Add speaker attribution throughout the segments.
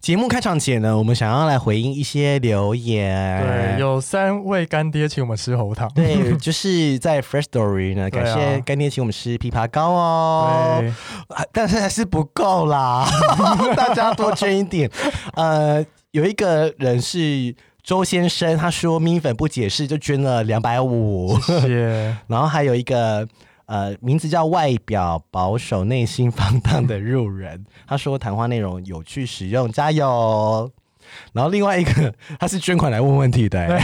Speaker 1: 节目开场前呢，我们想要来回应一些留言。
Speaker 2: 对，有三位干爹请我们吃喉糖。
Speaker 1: 哎对，就是在 Fresh Story 呢，
Speaker 2: 对
Speaker 1: 感
Speaker 2: 啊
Speaker 1: 谢干爹请我们吃枇杷膏哦，
Speaker 2: 对，
Speaker 1: 啊但是还是不够啦， 大家多捐一点。呃，有一个人是周先生，他说米粉不解释就捐了两百五，
Speaker 2: 谢 谢。
Speaker 1: 然后还有一个。呃，名字叫外表保守、内心放荡的路人。他说谈话内容有趣实用，加油。然后另外一个他是捐款来问问题的、 欸，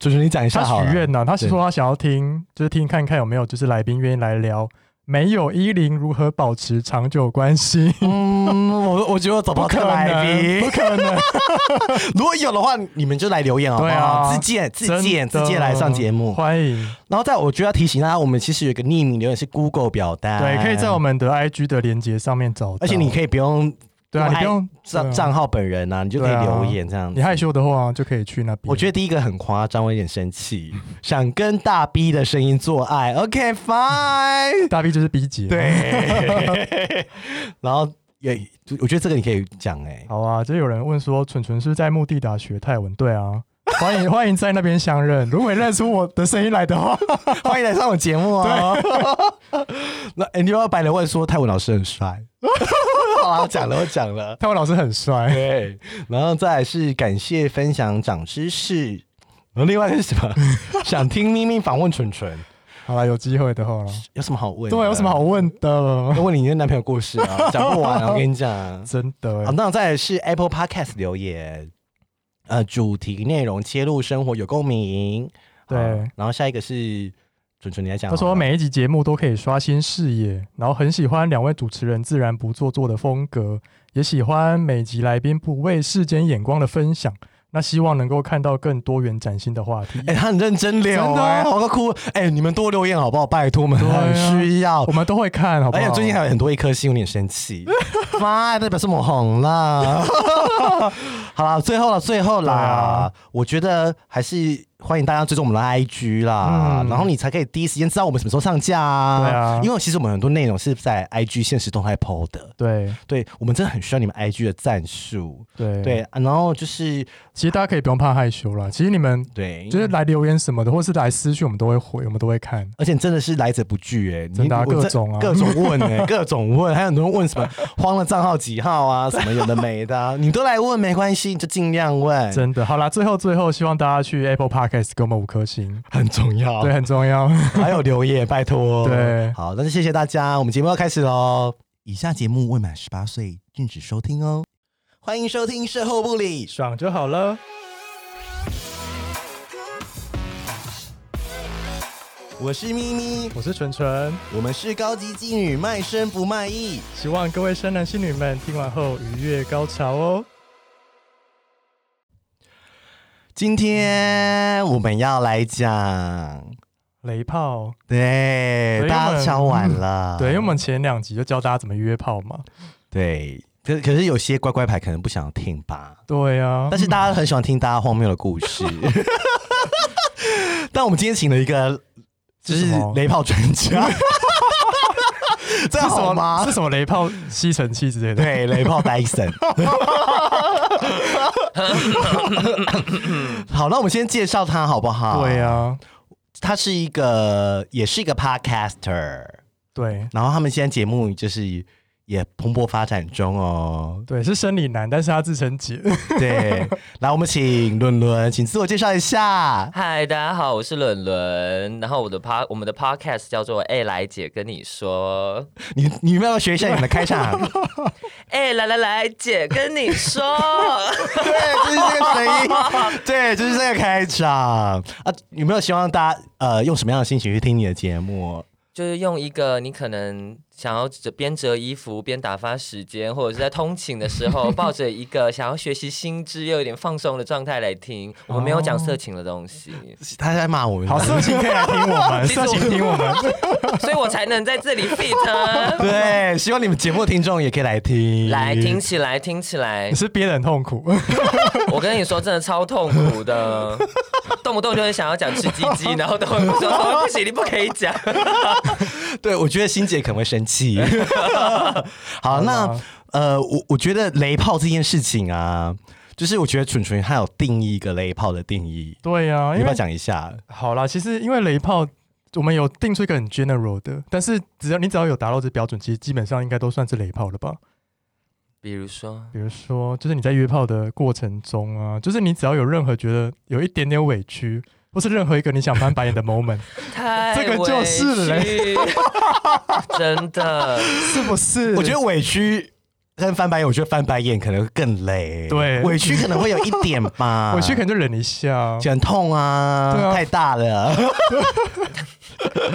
Speaker 1: 主持人你讲一下
Speaker 2: 他
Speaker 1: 好了。
Speaker 2: 许愿呢，他
Speaker 1: 对
Speaker 2: 是说他想要听，就是听看看有没有就是来宾愿意来聊没有依零如何保持长久关系。
Speaker 1: 嗯，我我觉得我找不到
Speaker 2: 不可
Speaker 1: 特来
Speaker 2: 能，
Speaker 1: 宾
Speaker 2: 不。可能，
Speaker 1: 如果有的话，你们就来留言好不好？
Speaker 2: 对啊
Speaker 1: 自荐 自荐
Speaker 2: 真
Speaker 1: 自
Speaker 2: 的
Speaker 1: 荐来上节目。
Speaker 2: 欢迎。
Speaker 1: 然后在我就要提醒大家，我们其实有一个匿名留言是 Google 表单，
Speaker 2: 对，可以在我，们的 IG 的连接上面找到。
Speaker 1: 哎而且你可以不用
Speaker 2: 对啊，
Speaker 1: 用
Speaker 2: 你不用
Speaker 1: 账
Speaker 2: 对啊
Speaker 1: 账号本人啊，你就可以
Speaker 2: 对啊
Speaker 1: 留言这样
Speaker 2: 你
Speaker 1: 子。
Speaker 2: 害羞的话就可以去那边。
Speaker 1: 我觉得第一个很夸张，我有点生气，想跟大 B 的声音做爱。OK fine，
Speaker 2: 大 B 就是 B 姐。，
Speaker 1: 对。然后也，我觉得这个你可以讲哎、
Speaker 2: 好啊，就有人问说，蠢蠢是不是在目的达学泰文？对啊，欢迎欢迎在那边相认。如果你认出我的声音来的话，
Speaker 1: 欢迎来上我节目哦。 那、欸、你要白人问说泰文老师很帅， 好啦，我讲了，我讲了。
Speaker 2: 泰文老师很帅。
Speaker 1: 对，然后再来是感谢分享长知识，然后另外是什 么？想听咪咪访问蠢蠢，
Speaker 2: 好了，有机会的话了。
Speaker 1: 有什么好问？
Speaker 2: 对，啊有什么好？问 的？
Speaker 1: 问你你的男朋友故事 啊，讲不完啊，我跟你讲。
Speaker 2: 真的
Speaker 1: 好，
Speaker 2: 欸，
Speaker 1: 那再来是 Apple Podcast 留言，呃，主题内容切入生活有共鸣。
Speaker 2: 对
Speaker 1: 好然后下一个是蠢蠢，你来讲好
Speaker 2: 他
Speaker 1: 了。
Speaker 2: 说每一集节目都可以刷新视野，然后很喜欢两位主持人自然不做作的风格，也喜欢每集来宾不畏世间眼光的分享。那希望能够看到更多元崭新的话题。
Speaker 1: 哎、他很认真聊、
Speaker 2: 真的
Speaker 1: 哎
Speaker 2: 啊
Speaker 1: 好个哭。哎、你们多留言好不好？拜托，我们很
Speaker 2: 啊
Speaker 1: 需要
Speaker 2: 我。们都会看，好不
Speaker 1: 而
Speaker 2: 好？
Speaker 1: 且哎最近还有很多一颗星，有点生 气。妈，代表是我们红了。好啦，最后了，最后啦，
Speaker 2: 对啊
Speaker 1: 我觉得还是欢迎大家追踪我们的 IG 啦，
Speaker 2: 嗯
Speaker 1: 然后你才可以第一时间知道我们什么时候上架啊。
Speaker 2: 对啊
Speaker 1: 因为其实我们很多内容是在 IG 现实动态 PO 的，
Speaker 2: 对
Speaker 1: 对我们真的很需要你们 IG 的赞数。
Speaker 2: 对
Speaker 1: 对，，啊然后就是
Speaker 2: 其实大家可以不用怕害羞啦。其实你们
Speaker 1: 对，
Speaker 2: 就是来留言什么的，或是来私讯，我们都会回，我们都会看。
Speaker 1: 而且真的是来者不拒哎、欸，
Speaker 2: 真的啊
Speaker 1: 你我
Speaker 2: 各种啊
Speaker 1: 各种问哎、 各种问，还有很多人问什么慌了账号几号啊，什么有的没的啊、 你都来问没关系，你就尽量问，
Speaker 2: 真的，好啦，最后最后，希望大家去 Apple Podcast 给我们五颗星，
Speaker 1: 很重要
Speaker 2: 对，，很重 要。
Speaker 1: 还有留言，拜托。
Speaker 2: 对
Speaker 1: 好，那就谢谢大家，我们节目要开始喽。以下节目未满十八岁禁止收听哦。欢迎收听《售后不理》，
Speaker 2: 爽就好了。
Speaker 1: 我是咪咪，
Speaker 2: 我是纯纯，
Speaker 1: 我们是高级妓女，卖身不卖艺。
Speaker 2: 希望各位生男性女们听完后愉悦高潮哦。
Speaker 1: 今天我们要来讲。
Speaker 2: 雷炮，
Speaker 1: 对，
Speaker 2: 对
Speaker 1: 大
Speaker 2: 因为我
Speaker 1: 家
Speaker 2: 们
Speaker 1: 敲完了。
Speaker 2: 对，因为我们前两集就教大家怎么约炮嘛。
Speaker 1: 对，可可是有些乖乖牌可能不想听吧，
Speaker 2: 对啊，
Speaker 1: 但是大家很喜欢听大家荒谬的故事。 但我们今天请了一个就是
Speaker 2: 是什么
Speaker 1: 雷炮专家，这样
Speaker 2: 是什
Speaker 1: 好
Speaker 2: 么？
Speaker 1: 吗
Speaker 2: 是？什么雷炮吸尘器之类的？
Speaker 1: 对，雷炮 Dyson。好，那我们先介绍他好不好？
Speaker 2: 对，啊，
Speaker 1: 他是一个，也是一个 podcaster。
Speaker 2: 对。
Speaker 1: 然后他们现在节目就是也蓬勃发展中哦
Speaker 2: 对，是生理男，但是他自称姐。
Speaker 1: 对，来，我们请伦伦，请自我介绍一下。
Speaker 3: 嗨，大家好，我是伦伦。然后我的 pod 我们的 podcast 叫做《哎、来姐跟你说》，
Speaker 1: 你你们要不要学一下你们的开 场？
Speaker 3: 哎、来来来，姐跟你说，
Speaker 1: 对，就是这个声音，对，就是这个开场啊。有没有希望大家呃用什么样的心情去听你的节目？
Speaker 3: 就是用一个你可能想要折边折衣服边打发时间，或者是在通勤的时候，抱着一个想要学习新知又有点放松的状态来听。我们没有讲色情的东西，
Speaker 1: 他在骂我们，
Speaker 2: 好，色情可以来听我 们，
Speaker 3: 其实
Speaker 2: 色
Speaker 3: 我
Speaker 2: 情听我 们。
Speaker 3: 所以我才能在这里 fit。
Speaker 1: 对，希望你们节目的听众也可以来听，
Speaker 3: 来听。起来，听起来
Speaker 2: 你，是憋得很痛 苦，
Speaker 3: 我跟你说，真的超痛苦的，动不动就会想要讲吃鸡 鸡，然后等会不说不行，你不可以讲。
Speaker 1: 对，我觉得欣姐可能会生气。好，那呃，我我觉得雷炮这件事情啊，就是我觉得蠢蠢他有定义一个雷炮的定义，
Speaker 2: 对呀、
Speaker 1: 你要
Speaker 2: 因
Speaker 1: 不要
Speaker 2: 为
Speaker 1: 讲一下？
Speaker 2: 好啦，其实因为雷炮，我们有定出一个很 general 的，但是只要你只要有达到这标准，其实基本上应该都算是雷炮了吧？
Speaker 3: 比如说，
Speaker 2: 比如说，就是你在约炮的过程中啊，就是你只要有任何觉得有一点点委屈，或是任何一个你想翻白眼 的 moment，
Speaker 3: 太
Speaker 2: 这个就是
Speaker 3: 委屈 真的，
Speaker 2: 是不是？
Speaker 1: 我觉得委屈跟翻白眼，我觉得翻白眼可能更累，
Speaker 2: 对
Speaker 1: 委屈可能会有一点吧，
Speaker 2: 委屈可能就忍一下，
Speaker 1: 很痛啊，
Speaker 2: 对啊
Speaker 1: 太大 了，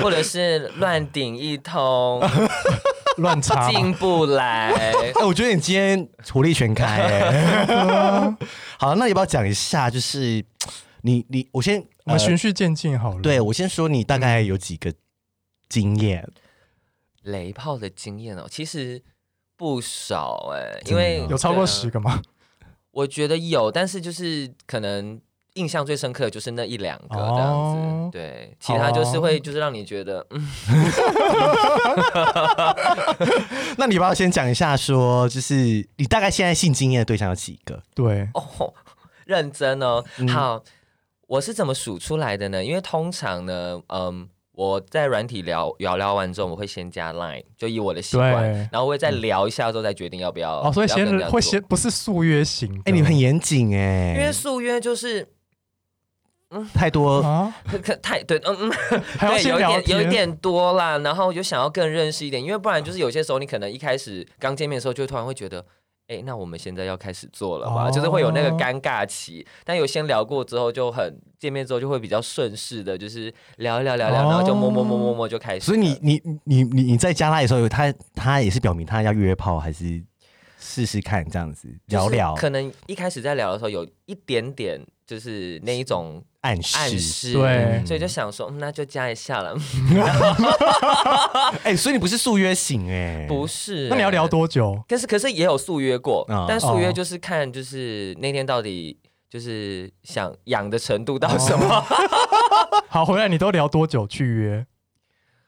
Speaker 3: 或者是乱顶一通，
Speaker 2: 乱插嘛。
Speaker 3: 进不来。
Speaker 1: 哎，我觉得你今天火力全开、欸。
Speaker 2: 啊
Speaker 1: 好，那要不要讲一下？就是你你，我先
Speaker 2: 我们
Speaker 1: 呃
Speaker 2: 循序渐进好了。
Speaker 1: 对，我先说你大概有几个经验，
Speaker 3: 雷炮的经验哦，其实不少哎、
Speaker 1: 真的
Speaker 3: 因为
Speaker 1: 吗
Speaker 2: 有超过
Speaker 3: 对啊
Speaker 2: 十个吗？
Speaker 3: 我觉得有，但是就是可能印象最深刻的就是那一两个这样子，
Speaker 2: 哦
Speaker 3: 对，其他就是会就是让你觉得，嗯，
Speaker 2: 嗯
Speaker 1: 那你要不要先讲一下说，就是你大概现在性经验的对象有几个？
Speaker 2: 对，
Speaker 3: 哦， 认真哦，
Speaker 1: 嗯
Speaker 3: 好，我是怎么数出来的呢？因为通常呢，嗯。我在软体聊聊聊完之后，我会先加 Line，就以我的习惯
Speaker 2: 对，嗯
Speaker 3: 然后我会再聊一下之后再决定要不要。
Speaker 2: 哦，所以
Speaker 3: 要不要这
Speaker 2: 先
Speaker 3: 样
Speaker 2: 会
Speaker 3: 做
Speaker 2: 先不是速约型的。
Speaker 1: 哎、你们很严谨
Speaker 2: 欸
Speaker 1: 哎，
Speaker 3: 因为速约就是
Speaker 1: 太多
Speaker 2: 啊，
Speaker 3: 可可太对，嗯嗯，
Speaker 2: 还要
Speaker 3: 对，
Speaker 2: 先
Speaker 3: 有一
Speaker 2: 聊
Speaker 3: 点有一
Speaker 2: 天
Speaker 3: 点多啦，然后就想要更认识一点，因为不然就是有些时候你可能一开始刚见面的时候，就会突然会觉得，哎，那我们现在要开始做了吧，
Speaker 2: 哦
Speaker 3: 就是会有那个尴尬期。但有先聊过之后，就很见面之后就会比较顺势的，就是聊一聊聊一聊，
Speaker 2: 哦
Speaker 3: 然后就摸摸摸摸摸就开始了。
Speaker 1: 所以你你你你你在加他的时候，他他也是表明他要约炮还是试试看这样子
Speaker 3: 就
Speaker 1: 聊
Speaker 3: 是
Speaker 1: 聊
Speaker 3: 可能一开始在聊的时候有一点点就是那一种
Speaker 1: 暗示
Speaker 3: 暗示，
Speaker 2: 对
Speaker 3: 所以就想说，嗯那就加一下了。
Speaker 1: 哎、所以你不是速约型哎、
Speaker 3: 不是，欸
Speaker 2: 那你要聊
Speaker 3: 多。
Speaker 2: 多久？
Speaker 3: 但是可是也有速约过，
Speaker 1: 啊
Speaker 3: 但速
Speaker 2: 哦
Speaker 3: 约就是看就是那天到底就是想痒的程度到什么，
Speaker 2: 好，回来你都聊多久去约？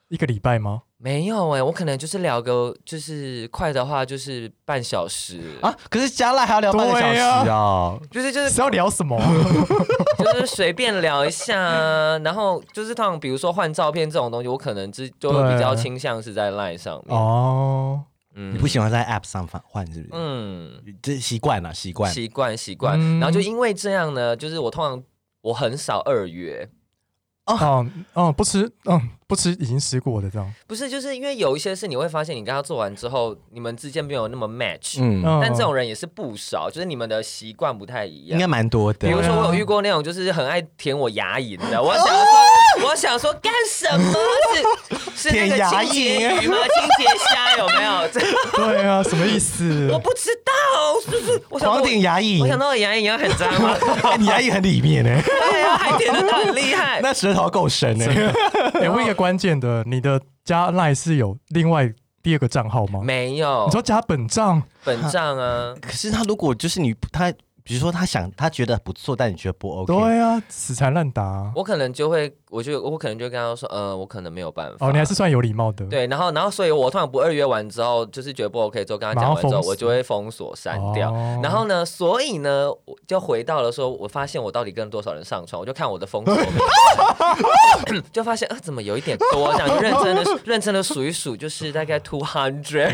Speaker 2: 一个礼拜 吗？
Speaker 3: 没有哎、我可能就是聊个就是快的话就是半小时啊，
Speaker 1: 啊，可是加赖还要聊半个小
Speaker 2: 对啊
Speaker 1: 时哦、
Speaker 3: 就是就是
Speaker 2: 是要聊什 么啊？
Speaker 3: 就是随便聊一下啊，然后就是通常比如说换照片这种东西，我可能之就会比较
Speaker 2: 对
Speaker 3: 倾向是在 Line 上面，
Speaker 2: 哦，
Speaker 3: 嗯
Speaker 1: 你不喜欢在 App 上换换是不是？
Speaker 3: 嗯。
Speaker 1: 这习惯了，习惯
Speaker 3: 习惯习惯，
Speaker 2: 嗯
Speaker 3: 然后就因为这样呢，就是我通常我很少二约，
Speaker 2: 哦，嗯，不吃，嗯，不吃已经吃过的这样。
Speaker 3: 不是就是因为有一些事你会发现你跟他做完之后，你们之间没有那么 match，、
Speaker 1: 嗯，
Speaker 2: 嗯，
Speaker 3: 但这种人也是不少，就是你们的习惯不太一
Speaker 1: 应
Speaker 3: 样
Speaker 1: 该。蛮多的
Speaker 3: 比。如
Speaker 2: 对
Speaker 3: 说，
Speaker 2: 啊
Speaker 3: 我有遇过那种就是很爱舔我牙龈的，我想说，我想说干什么？ 是是那
Speaker 1: 舔
Speaker 3: 个
Speaker 1: 牙
Speaker 3: 清洁
Speaker 1: 龈
Speaker 2: 啊
Speaker 3: 鱼吗？清洁虾有没有？这
Speaker 2: 对啊，什么意思
Speaker 3: 我？不知道，是不是？我想
Speaker 1: 狂
Speaker 3: 说
Speaker 1: 点牙龈
Speaker 3: 我，想到我牙龈也很脏 吗？
Speaker 1: 哎你牙龈很里面 哎、
Speaker 3: 对啊，还舔的很厉害。
Speaker 1: 那舌头够深哎、
Speaker 2: 哎，问一个关键的，你的加赖是有另外第二个账号吗？
Speaker 3: 没有
Speaker 2: 你，说加本账
Speaker 3: 本账啊，
Speaker 1: 可是他如果就是你他，比如说他想他觉得不错，但你觉得不 OK，
Speaker 2: 对啊，死缠烂打啊。
Speaker 3: 我可能就会，我就我可能就跟他说，呃，我可能没有办法。
Speaker 2: 哦，你还是算有礼貌的。
Speaker 3: 对，然后然后所以我通常不二约完之后，就是觉得不 OK 之后，跟他讲完之
Speaker 2: 马上
Speaker 3: 后，
Speaker 2: 封锁
Speaker 3: 我就会封锁删掉。
Speaker 2: 哦
Speaker 3: 然后呢，所以呢，我就回到了说，我发现我到底跟多少人上床，我就看我的封锁名单 就发现呃怎么有一点多，这样就认真的认真的数一数，就是大概 two hundred，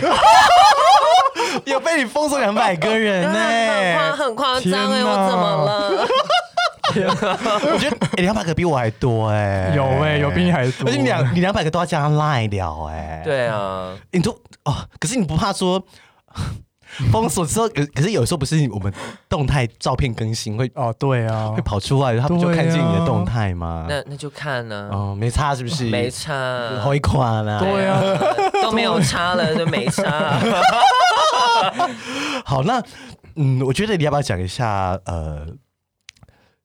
Speaker 1: 有被你封锁两百个 人哎呢、
Speaker 3: 啊很夸很夸张哎，
Speaker 2: 天哪
Speaker 3: 我怎么了？
Speaker 1: 我觉得欸两百、200个比我还多哎、
Speaker 2: 有哎，有比你还 多。
Speaker 1: 而且你两你两百个都要加上 Line 聊哎、，
Speaker 3: 对啊，
Speaker 1: 你都哦，可是你不怕说 封锁之后，可可是有时候不是我们动态照片更新会
Speaker 2: 哦，啊对啊
Speaker 1: 会，跑出来，他不就
Speaker 2: 对啊
Speaker 1: 看见你的动态吗？
Speaker 3: 那那就看呢、
Speaker 1: 哦，没差是不是？
Speaker 3: 没，差，
Speaker 1: 好一款啦。
Speaker 2: 对啊，
Speaker 3: 都没有差了，就没差。啊
Speaker 1: 好，那嗯，我觉得你要不要讲一下？呃，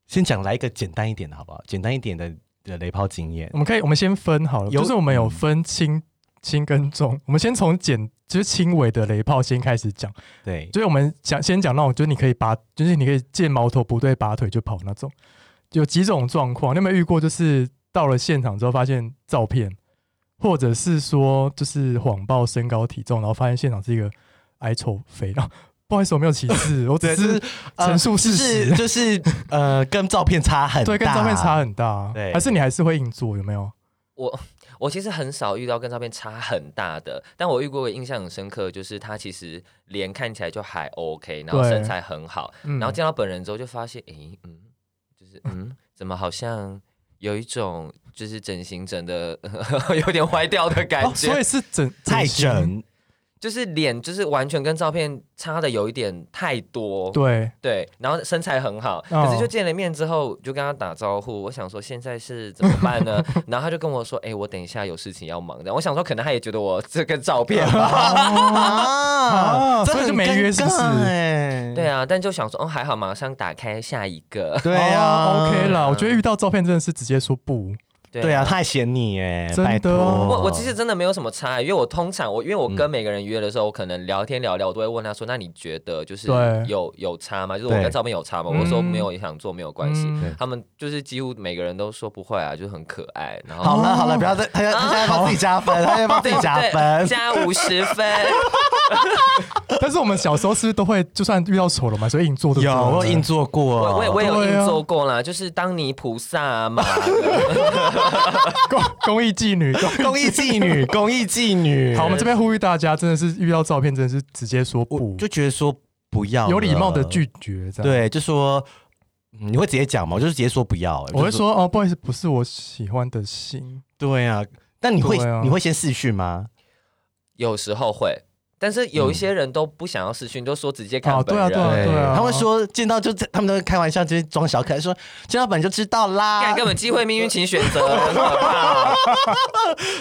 Speaker 1: 先讲来一个简单一点的好不好？简单一点的的雷炮经验
Speaker 2: 我。们可以，我们先分好了，
Speaker 1: 有
Speaker 2: 就是我们有分轻轻跟重，我们先从简就是轻微的雷炮先开始讲，
Speaker 1: 对，
Speaker 2: 就是我们讲先讲那种，就是你可以拔，就是你可以见矛头不对拔腿就跑那种，有几种状况，你有没有遇过？就是到了现场之后发现照片，或者是说就是谎报身高体重，然后发现现场是一个矮丑肥，然后不好意思，我没有歧视，我只
Speaker 1: 对，
Speaker 2: 是
Speaker 1: 是
Speaker 2: 陈述事实
Speaker 1: 呃就是就是呃，跟照片差很大，
Speaker 2: 对，跟照片差很大，啊
Speaker 1: 对
Speaker 2: 还是你还是会硬做，有没有？
Speaker 3: 我其实很少遇到跟照片差很大的，但我遇过个印象很深刻，就是他其实脸看起来就还 OK，然后
Speaker 2: 对
Speaker 3: 身材很好，
Speaker 2: 嗯
Speaker 3: 然后见到本人之后就发现，诶，嗯，就是嗯，怎么好像有一种就是整形整的 有点坏掉的感
Speaker 2: 哦，
Speaker 3: 觉，
Speaker 2: 所以是整
Speaker 1: 太
Speaker 2: 形
Speaker 1: 整，
Speaker 3: 就是脸就是完全跟照片差的有一点太多，
Speaker 2: 对，
Speaker 3: 对，然后身材很好，
Speaker 2: 哦
Speaker 3: 可是就见了面之后就跟他打招呼，我想说现在是怎么办呢？ 然后他就跟我说：“哎、我等一下有事情要忙的。”我想说可能他也觉得我这个照片 吧，
Speaker 1: 啊
Speaker 2: 啊所以就没约是不是
Speaker 1: 是
Speaker 3: 对啊，但就想说哦还好，马上打开下一个，
Speaker 1: 对啊
Speaker 2: 哦，OK 啦，我觉得遇到照片真的是直接说不，
Speaker 3: 对
Speaker 1: 对啊，。太嫌你哎，
Speaker 2: 真的哦
Speaker 1: 拜托
Speaker 3: 我我其实真的没有什么差，因为我通常我因为我跟每个人约的时候，我可能聊天聊聊，我都会问他说：“那你觉得就是
Speaker 2: 对
Speaker 3: 有有差吗？就是我
Speaker 1: 对
Speaker 3: 跟照片有差吗？”
Speaker 2: 嗯
Speaker 3: 我说没有，也想做没有关系。
Speaker 2: 嗯
Speaker 1: 对
Speaker 3: 他们就是几乎每个人都说不会啊，就是很可爱。然后
Speaker 1: 好
Speaker 2: 哦
Speaker 1: 了好了，不要再他要他现在帮自己加分，他要帮自己加
Speaker 3: 啊哦对
Speaker 1: 分。
Speaker 3: 加五十 分。
Speaker 2: 但是我们小时候是不是都会，就算遇到丑了嘛，所以硬做的
Speaker 1: 有我有硬做过，
Speaker 3: 我我也我也有
Speaker 2: 对啊
Speaker 3: 应做过啦，就是当你菩萨啊嘛，
Speaker 2: 公公益妓女。公
Speaker 1: 公益妓 女，公益妓女。
Speaker 2: 好，我们这边呼吁大家，真的是遇到照片，真的是直接说
Speaker 1: 我
Speaker 2: 不，
Speaker 1: 就觉得说不要了
Speaker 2: 有礼貌的，啊拒绝，这样。，
Speaker 1: 对，就说嗯你会直接讲吗？我就是直接说不要，哎
Speaker 2: 我会
Speaker 1: 就
Speaker 2: 说哦，不好意思，不是我喜欢的型。
Speaker 1: 对啊。但你会
Speaker 2: 对啊
Speaker 1: 你会先试训吗？
Speaker 3: 有时候会，但是有一些人都不想要视讯，都说直接看
Speaker 2: 哦
Speaker 3: 本
Speaker 2: 对啊对啊
Speaker 3: 人。
Speaker 2: 对啊
Speaker 1: 他们说见到就他们都开玩笑，直接装小可爱，说见到本就知道啦
Speaker 2: 啊
Speaker 3: 看。根本机会命运请选择，很可 怕。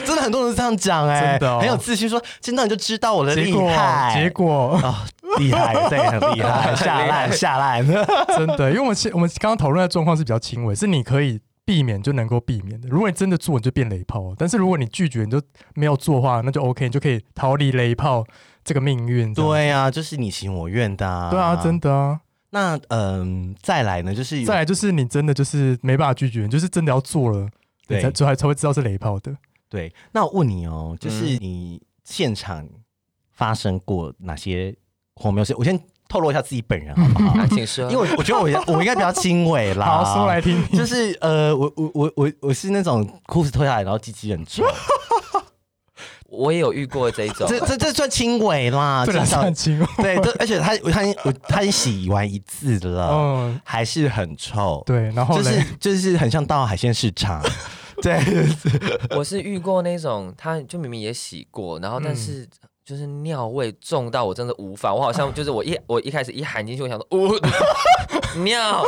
Speaker 1: 真的很多人是这样讲哎、
Speaker 2: 真的哦
Speaker 1: 很有自信说见到你就知道我的
Speaker 2: 结
Speaker 1: 厉
Speaker 2: 果，
Speaker 1: 害，
Speaker 2: 结 果
Speaker 1: 哦，厉害，这也 很厉害，下烂下烂。
Speaker 2: 真的，因为我们现我们刚刚讨论的状况是比较轻微，是你可以避免就能够避免的。如果你真的做，你就变雷炮；但是如果你拒绝，你就没有做的话，那就 OK，你就可以逃离雷炮这个命运。这样，
Speaker 1: 对啊，就是你情我愿的、啊。
Speaker 2: 对啊，真的啊。
Speaker 1: 那嗯、再来呢，就是有
Speaker 2: 再来就是你真的就是没办法拒绝，你就是真的要做了，你
Speaker 1: 对
Speaker 2: 才才才会知道是雷炮的。
Speaker 1: 对。那我问你哦，就是
Speaker 3: 嗯
Speaker 1: 你现场发生过哪些荒谬事？我先透露一下自己本人好不好？
Speaker 3: 啊请说，
Speaker 1: 因为我我觉得我我应该比较轻微啦。
Speaker 2: 好，说来听听。
Speaker 1: 就是呃，我我我我我是那种裤子脱下来，然后鸡鸡很臭，
Speaker 3: 我也有遇过这一种，
Speaker 1: 这这这算轻微 啦，
Speaker 2: 这
Speaker 1: 至
Speaker 2: 两
Speaker 1: 少
Speaker 2: 算轻哦，
Speaker 1: 对，这而且他他已经我他已经洗完一次了，
Speaker 2: 嗯，
Speaker 1: 还是很臭，
Speaker 2: 对，然后
Speaker 1: 呃就
Speaker 2: 嘞，
Speaker 1: 是就是很像到海鲜市 场，对，
Speaker 3: 我是遇过那种，他就明明也洗过，然后但是。
Speaker 1: 嗯
Speaker 3: 就是尿味重到我真的无法，我好像就是我一 我一开始一喊进去，我想说，呜、 尿，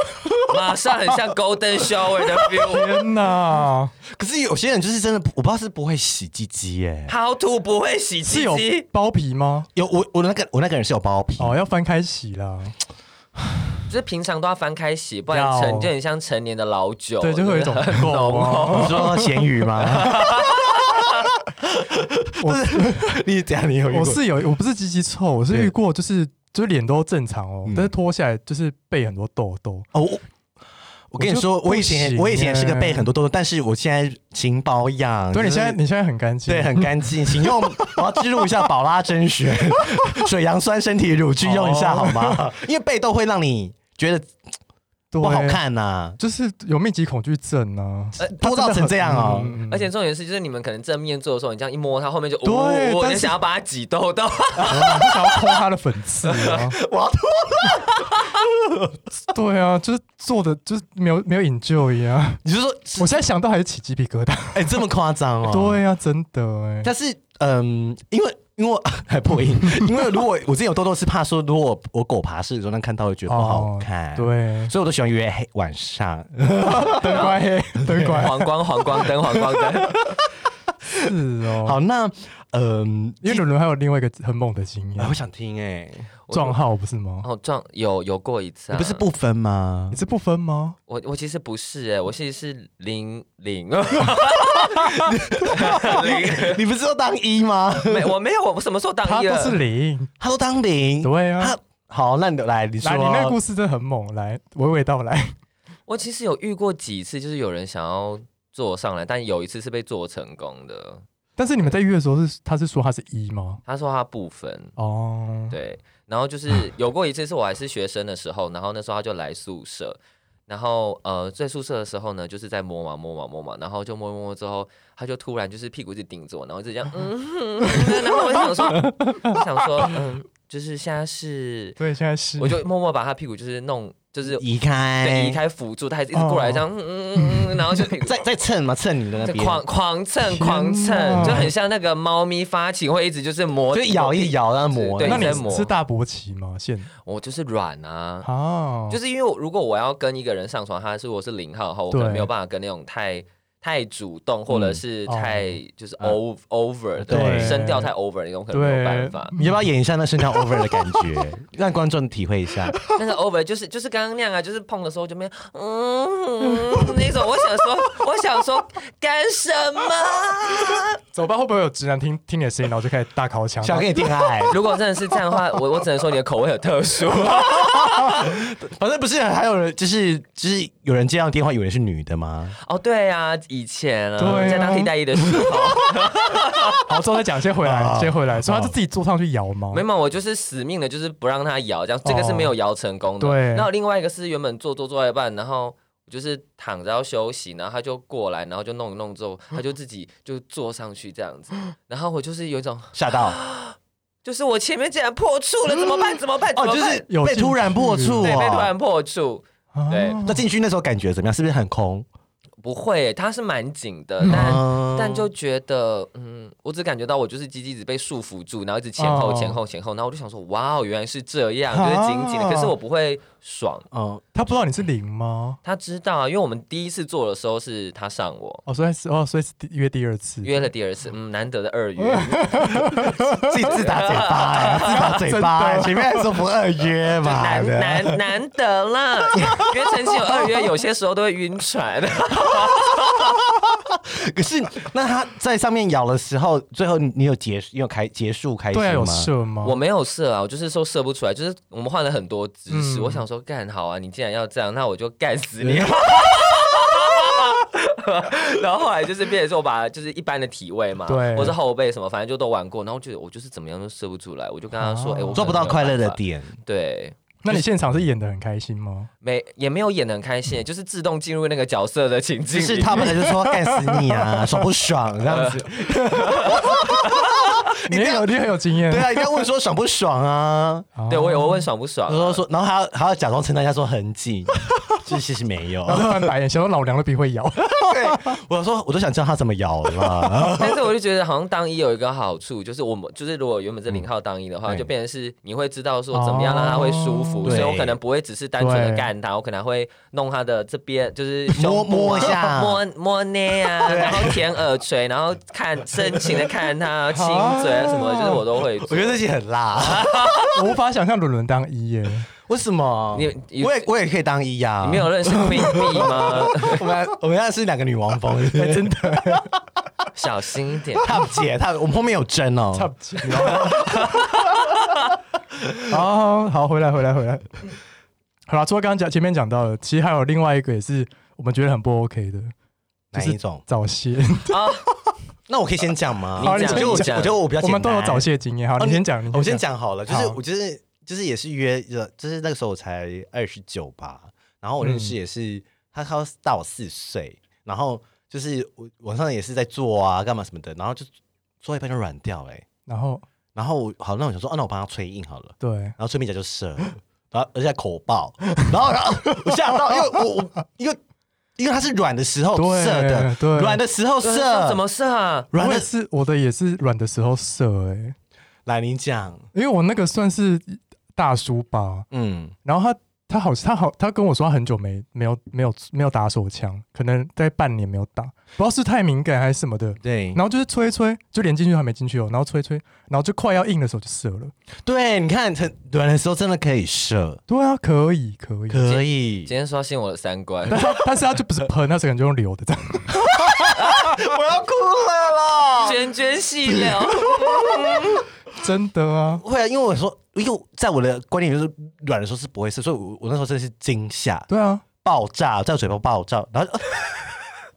Speaker 3: 马上很像 Golden Shower 的 feel，
Speaker 2: 天哪，
Speaker 1: 可是有些人就是真的不，我不知道是不会洗鸡鸡耶。
Speaker 3: 好土不会洗
Speaker 2: 是
Speaker 3: 鸡
Speaker 2: 有
Speaker 3: 鸡，
Speaker 2: 包皮吗？
Speaker 1: 有我我那个我那个人是有包皮，
Speaker 2: 哦，要翻开洗啦，
Speaker 3: 就是平常都要翻开洗，不然
Speaker 2: 要
Speaker 3: 成就很像成年的老酒，
Speaker 2: 对，就会有 一种狗啊。
Speaker 1: 你说咸鱼吗？
Speaker 2: 我
Speaker 1: 你怎样？你有遇
Speaker 2: 我
Speaker 1: 过？
Speaker 2: 是有，我不是鸡鸡臭，我是遇过，就是就是脸都正常哦
Speaker 1: 嗯，
Speaker 2: 但是脱下来就是背很多痘痘。
Speaker 1: 哦，我我跟你说，
Speaker 2: 我就
Speaker 1: 我以前
Speaker 2: 不行
Speaker 1: 我以前也是个
Speaker 2: 耶
Speaker 1: 背很多痘痘，但是我现在勤保养。
Speaker 2: 对，你
Speaker 1: 嗯就是
Speaker 2: 现在你现在很干净，
Speaker 1: 对，很干净，请 用我要植入一下宝拉甄选 水杨酸身体乳去用一
Speaker 2: 哦
Speaker 1: 下好吗？因为背痘会让你觉得
Speaker 2: 对
Speaker 1: 不好，看呐、
Speaker 2: 就是有密集恐惧症啊，
Speaker 1: 多到成这样哦、
Speaker 2: 嗯
Speaker 3: 而且重点是，就是你们可能正面做的时候，你这样一摸它，后面就
Speaker 2: 对
Speaker 3: 呜，我
Speaker 2: 但
Speaker 3: 就是想要把它挤痘 痘。
Speaker 2: 我不想要抠他的粉刺啊！
Speaker 1: 我要
Speaker 2: 吐了。对啊，就是做的就是没有没有引咎一 样。
Speaker 1: 你就说
Speaker 2: 我现在想到还是起鸡皮疙瘩。
Speaker 1: 哎、这么夸张哦？。
Speaker 2: 对啊，真的哎、
Speaker 1: 但是嗯，因为因为我 还破音，因为如果我之前有痘痘是怕说，如果我我狗爬式的时候，那看到会觉得不好看，
Speaker 2: 哦，对，
Speaker 1: 所以我都喜欢约黑晚上。
Speaker 2: 灯关黑，灯关
Speaker 3: 黄光黄光灯黄光灯，
Speaker 2: 是哦。
Speaker 1: 好，那嗯，
Speaker 2: 因为伦伦还有另外一个很猛的经
Speaker 1: 哎
Speaker 2: 验
Speaker 1: 我，想听哎、
Speaker 2: 撞号不是吗？
Speaker 3: 哦撞有有过一次、
Speaker 1: 你
Speaker 3: 啊，
Speaker 1: 不是不分吗
Speaker 2: 你？是不分吗？
Speaker 3: 我我其实不是哎、我其实是零 零 零，
Speaker 1: 你不是要当一吗？
Speaker 3: 没我没有我什么时候当
Speaker 2: 他
Speaker 3: 一
Speaker 2: 都
Speaker 3: 了？
Speaker 2: 是零。
Speaker 1: 他都当零，
Speaker 2: 对啊
Speaker 1: 他，好，那你来，你说，
Speaker 2: 来，你那个故事真的很猛，来娓娓道来。
Speaker 3: 我其实有遇过几次，就是有人想要坐上来，但有一次是被做成功的。
Speaker 2: 但是你们在约的时候是他是说他是一吗？
Speaker 3: 他说他不分，
Speaker 2: 哦，
Speaker 3: 对，然后就是有过一次是我还是学生的时候，然后那时候他就来宿舍，然后呃在宿舍的时候呢，就是在摸嘛摸嘛摸嘛，然后就摸摸摸之后，他就突然就是屁股一直顶着我，然后就这样，嗯，嗯然后我想说，我想说，嗯，就是现在是，
Speaker 2: 对，现在是
Speaker 3: 我就默默把他屁股就是弄，就是
Speaker 1: 移开，
Speaker 3: 对移，开辅助，他还一直过来这样，嗯嗯嗯嗯，然后就
Speaker 1: 再再蹭嘛，蹭你的那
Speaker 3: 就
Speaker 1: 边，
Speaker 3: 狂狂蹭
Speaker 2: 天
Speaker 3: 狂蹭，
Speaker 2: 哪
Speaker 3: 就很像那个猫咪发情会一直就是磨，
Speaker 1: 就咬一咬，然后磨。
Speaker 3: 对
Speaker 2: 那
Speaker 1: 那
Speaker 2: 你
Speaker 3: 在磨
Speaker 2: 是大勃起吗？现
Speaker 3: 我就是软啊。
Speaker 2: 哦，
Speaker 3: 就是因为我如果我要跟一个人上床，他是我是零号的话，我可能
Speaker 2: 对
Speaker 3: 没有办法跟那种太太主动或者是
Speaker 2: 哦
Speaker 3: 太就是
Speaker 1: 嗯
Speaker 3: over over
Speaker 1: 对
Speaker 3: 的声调太 over 的那种，可能没有办法。
Speaker 1: 你要不要演一下那身上 over 的感觉， 让观众体会一下？
Speaker 3: 但是 over 就是就是刚刚那样啊，就是碰的时候就没有嗯那种，我想说我想说干什么？
Speaker 2: 走吧，会不会有直男听听你的声音，然后就开始大烤枪？
Speaker 1: 想跟你恋哎爱，
Speaker 3: 如果真的是这样的话，我我只能说你的口味很特殊。
Speaker 1: 反正不是还有人，就是就是有人接到电话，以为是女的吗？
Speaker 3: 哦，对啊，以前啊，
Speaker 2: 对啊
Speaker 3: 在当替代役的时候，
Speaker 2: 好，之后再讲，先回
Speaker 1: 啊
Speaker 2: 来，先回来。所以
Speaker 1: 啊
Speaker 2: 他就自己坐上去摇吗？
Speaker 3: 哦没有，我就是死命的，就是不让他摇，这样这个是没有摇成功的。
Speaker 2: 对
Speaker 3: 然后另外一个是原本坐坐坐到一半，然后我就是躺着要休息，然后他就过来，然后就弄一弄之后，他就自己就坐上去这样 子，然后我就是有一种，
Speaker 1: 吓到
Speaker 3: 就是我前面竟然破处了，怎么办？怎么办？怎
Speaker 1: 哦，
Speaker 3: 么
Speaker 1: 就
Speaker 3: 办？
Speaker 1: 是
Speaker 2: 有
Speaker 1: 被
Speaker 2: 进
Speaker 1: 突然破
Speaker 2: 去
Speaker 1: 处
Speaker 3: 对，被突
Speaker 1: 哦。
Speaker 3: 然破处，
Speaker 2: 啊
Speaker 3: 对
Speaker 1: 那进去那时候感觉怎么样？是不是很空？
Speaker 3: 不会，他是蛮紧的，但。
Speaker 1: 嗯，
Speaker 3: 但就觉
Speaker 2: 哦
Speaker 3: 得，嗯，我只感觉到我就是鸡鸡一直被束缚住，然后一直前后
Speaker 2: 哦
Speaker 3: 前后前后，然后我就想说，哇哦，原来是这样，就是紧
Speaker 2: 啊
Speaker 3: 紧的，可是我不会爽。
Speaker 1: 嗯，
Speaker 2: 他不知道你是零吗？
Speaker 3: 他知道啊，因为我们第一次做的时候是他上我。
Speaker 2: 哦，所以是哦，所以是第约第二次，
Speaker 3: 约了第二次，嗯，难得的 二约，
Speaker 1: 自己自打嘴巴哎，自打嘴巴哎，前面还说不二约嘛，
Speaker 3: 难
Speaker 1: 对啊
Speaker 3: 难难得啦！约曾经有二约，有些时候都会 晕船。
Speaker 2: 哦
Speaker 1: 可是那他在上面咬的时候，最后你你有结你有开结束开始吗？
Speaker 2: 对啊，有射吗？
Speaker 3: 我没有射啊，我就是说射不出来，就是我们换了很多姿势。
Speaker 2: 嗯
Speaker 3: 我想说，干好啊，你既然要这样，那我就干 死你。 然后后来就是变成说，我把就是一般的体位嘛，
Speaker 2: 对
Speaker 3: 或是后背什么，反正就都玩过。然后觉得我就是怎么样都射不出来，我就跟他说，
Speaker 2: 哦
Speaker 3: 哎、我可能
Speaker 1: 做不到
Speaker 3: 没有
Speaker 1: 快乐的
Speaker 3: 办法，
Speaker 1: 点，
Speaker 3: 对。
Speaker 2: 那你现场是演的很开心吗？
Speaker 3: 没也没有演的很开心，就是自动进入那个角色的情
Speaker 1: 嗯
Speaker 3: 境
Speaker 1: 只
Speaker 3: 里。
Speaker 1: 是他们就 说干死你啊，爽不爽这样子？
Speaker 2: 你也有，你很有经验。
Speaker 1: 对 啊，一定要问说爽不爽 啊？
Speaker 2: 啊
Speaker 3: 对我有问爽不爽、
Speaker 1: 然后说，然后还要还要假装承担一下说很紧，其实其实没 有
Speaker 2: 然。后突然白眼，想说老娘的笔会摇。
Speaker 1: 对，我说我都想知道他怎么咬的啦。
Speaker 3: 但是我就觉得好像当一有一个好处，就是我们就是如果原本是零号当一的话，
Speaker 1: 嗯对
Speaker 3: 就变成是你会知道说怎么样让他会舒服，
Speaker 2: 哦
Speaker 3: 所以
Speaker 1: 对
Speaker 3: 我可能不会只是单纯的
Speaker 2: 对
Speaker 3: 干他，我可能会弄他的这边就是胸
Speaker 1: 摸
Speaker 3: 部啊
Speaker 1: 摸一下
Speaker 3: 摸摸捏 啊，然后舔耳垂，然后看深情的看 他亲嘴啊什么的，就是我都会做。
Speaker 1: 我觉得这些很辣，
Speaker 2: 我无法想象伦伦当一耶，
Speaker 1: 为什么？
Speaker 3: 你你
Speaker 1: 哦我也我也可以当一呀、
Speaker 3: 你没有认识 Queen B 吗？
Speaker 1: 我们我们现在是两个女王风，真的。
Speaker 3: 小心一点。
Speaker 1: 他姐，他我们后面有针哦，
Speaker 2: 差不多。 好好好，回来回来回来。好了，除了刚刚讲前面讲到了，其实还有另外一个也是我们觉得很不 OK 的
Speaker 1: 哪一种？
Speaker 2: 早泄。
Speaker 3: 啊，
Speaker 1: 那我可以先讲吗？
Speaker 3: 好
Speaker 1: 我
Speaker 3: 你
Speaker 1: 觉得我我
Speaker 3: 讲
Speaker 1: 觉得我比较
Speaker 2: 我们都有
Speaker 1: 简单
Speaker 2: 早泄经验。好，
Speaker 1: 哦
Speaker 2: 你先讲，你
Speaker 1: 我先。讲好了，就是
Speaker 2: 好
Speaker 1: 我就是就是也是约着，就是那个时候我才二十九吧，然后我认
Speaker 2: 嗯
Speaker 1: 识也是、他他大我四岁，然后就是我晚上也是在做啊干嘛什么的，然后就做一半就软掉哎、欸
Speaker 2: 然后
Speaker 1: 然后我好那我想说哦、那我帮他吹硬好了，
Speaker 2: 对，
Speaker 1: 然后吹面甲就 射了，然后而且还口爆，然后然后我吓到，因为我我因为因为他是软的时候
Speaker 2: 对
Speaker 1: 哦射的，
Speaker 2: 对
Speaker 1: 软的时候射
Speaker 3: 怎么射啊？
Speaker 1: 软
Speaker 2: 我
Speaker 1: 的
Speaker 2: 也是我的也是软的时候射哎、欸，
Speaker 1: 来你讲，
Speaker 2: 因为我那个算是大叔吧，
Speaker 1: 嗯，
Speaker 2: 然后他他好他好他跟我说他很久没没有没有没有打手枪，可能在半年没有打，不知道是太敏感还是什么的。
Speaker 1: 对
Speaker 2: 然后就是吹一吹，就连进去都还没进去哦，然后吹一吹，然后就快要硬的时候就射了。
Speaker 1: 对，你看很软的时候真的可以射。
Speaker 2: 对啊，可以可以，
Speaker 1: 可以
Speaker 3: 今，天刷新我的三观。
Speaker 2: 但是他但是他就不是喷，他是感觉用流的这样。
Speaker 1: 我要哭了啦！
Speaker 3: 涓涓细流，
Speaker 2: 真的啊，
Speaker 1: 会啊，因为我说，因为在我的观念里就是软的时候是不会射，所以我我那时候真的是惊吓
Speaker 2: 对啊，
Speaker 1: 爆炸，在我嘴巴爆炸，然后就、啊、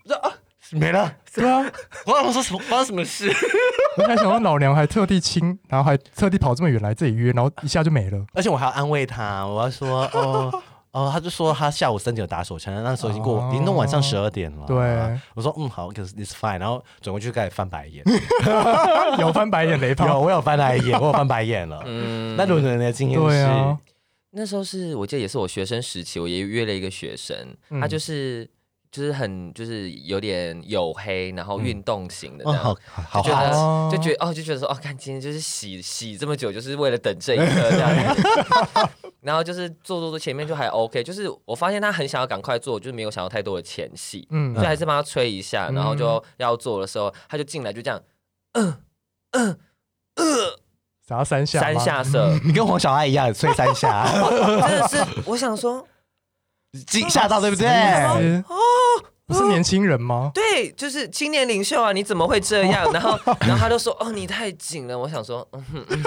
Speaker 1: 我就啊没了。
Speaker 2: 对啊，
Speaker 1: 我想说什么？发生什么事？
Speaker 2: 我才想到老娘还特地亲，然后还特地跑这么远来这里约，然后一下就没 了。
Speaker 1: 而且我还要安慰他，我要说哦。哦，他就说他下午三点有打手枪，那时候已经过，
Speaker 2: 哦
Speaker 1: 已经弄晚上十二点了。
Speaker 2: 对，
Speaker 1: 我说嗯好，可是 it's fine，然后转过去开始翻白眼。
Speaker 2: 有翻白眼雷
Speaker 1: 有，
Speaker 2: 炮，
Speaker 1: 我有翻白眼，我有翻白眼了。
Speaker 3: 嗯
Speaker 1: 那伦伦的经验
Speaker 2: 对
Speaker 1: 是，
Speaker 2: 啊，
Speaker 3: 那时候是我记得也是我学生时期，我也约了一个学生，
Speaker 2: 嗯
Speaker 3: 他就是就是很就是有点黝黑，然后运动型的这
Speaker 1: 哦，
Speaker 3: 样。
Speaker 1: 好好
Speaker 3: 就觉
Speaker 1: 好
Speaker 3: 得
Speaker 2: 哦
Speaker 3: 就觉得哦，就觉得说哦，看今天就是洗洗这么久，就是为了等这一刻这样子。然后就是做做做，前面就还 OK，就是我发现他很想要赶快做，就是没有想要太多的前戏，
Speaker 2: 嗯
Speaker 3: 所以还是帮他吹一下，
Speaker 2: 嗯
Speaker 3: 然后就要做的时候，他就进来就这样
Speaker 2: 啥三下吗
Speaker 3: 三下射，
Speaker 1: 你跟黄小爱一样，吹三下，
Speaker 3: 真的是我想说，
Speaker 1: 惊吓到对不对？
Speaker 3: 啊
Speaker 2: 嗯哦，不是年轻人吗？
Speaker 3: 对，就是青年领袖啊，你怎么会这 样？然后，然后他就说：“哦，你太紧了。”我想说，嗯，哼嗯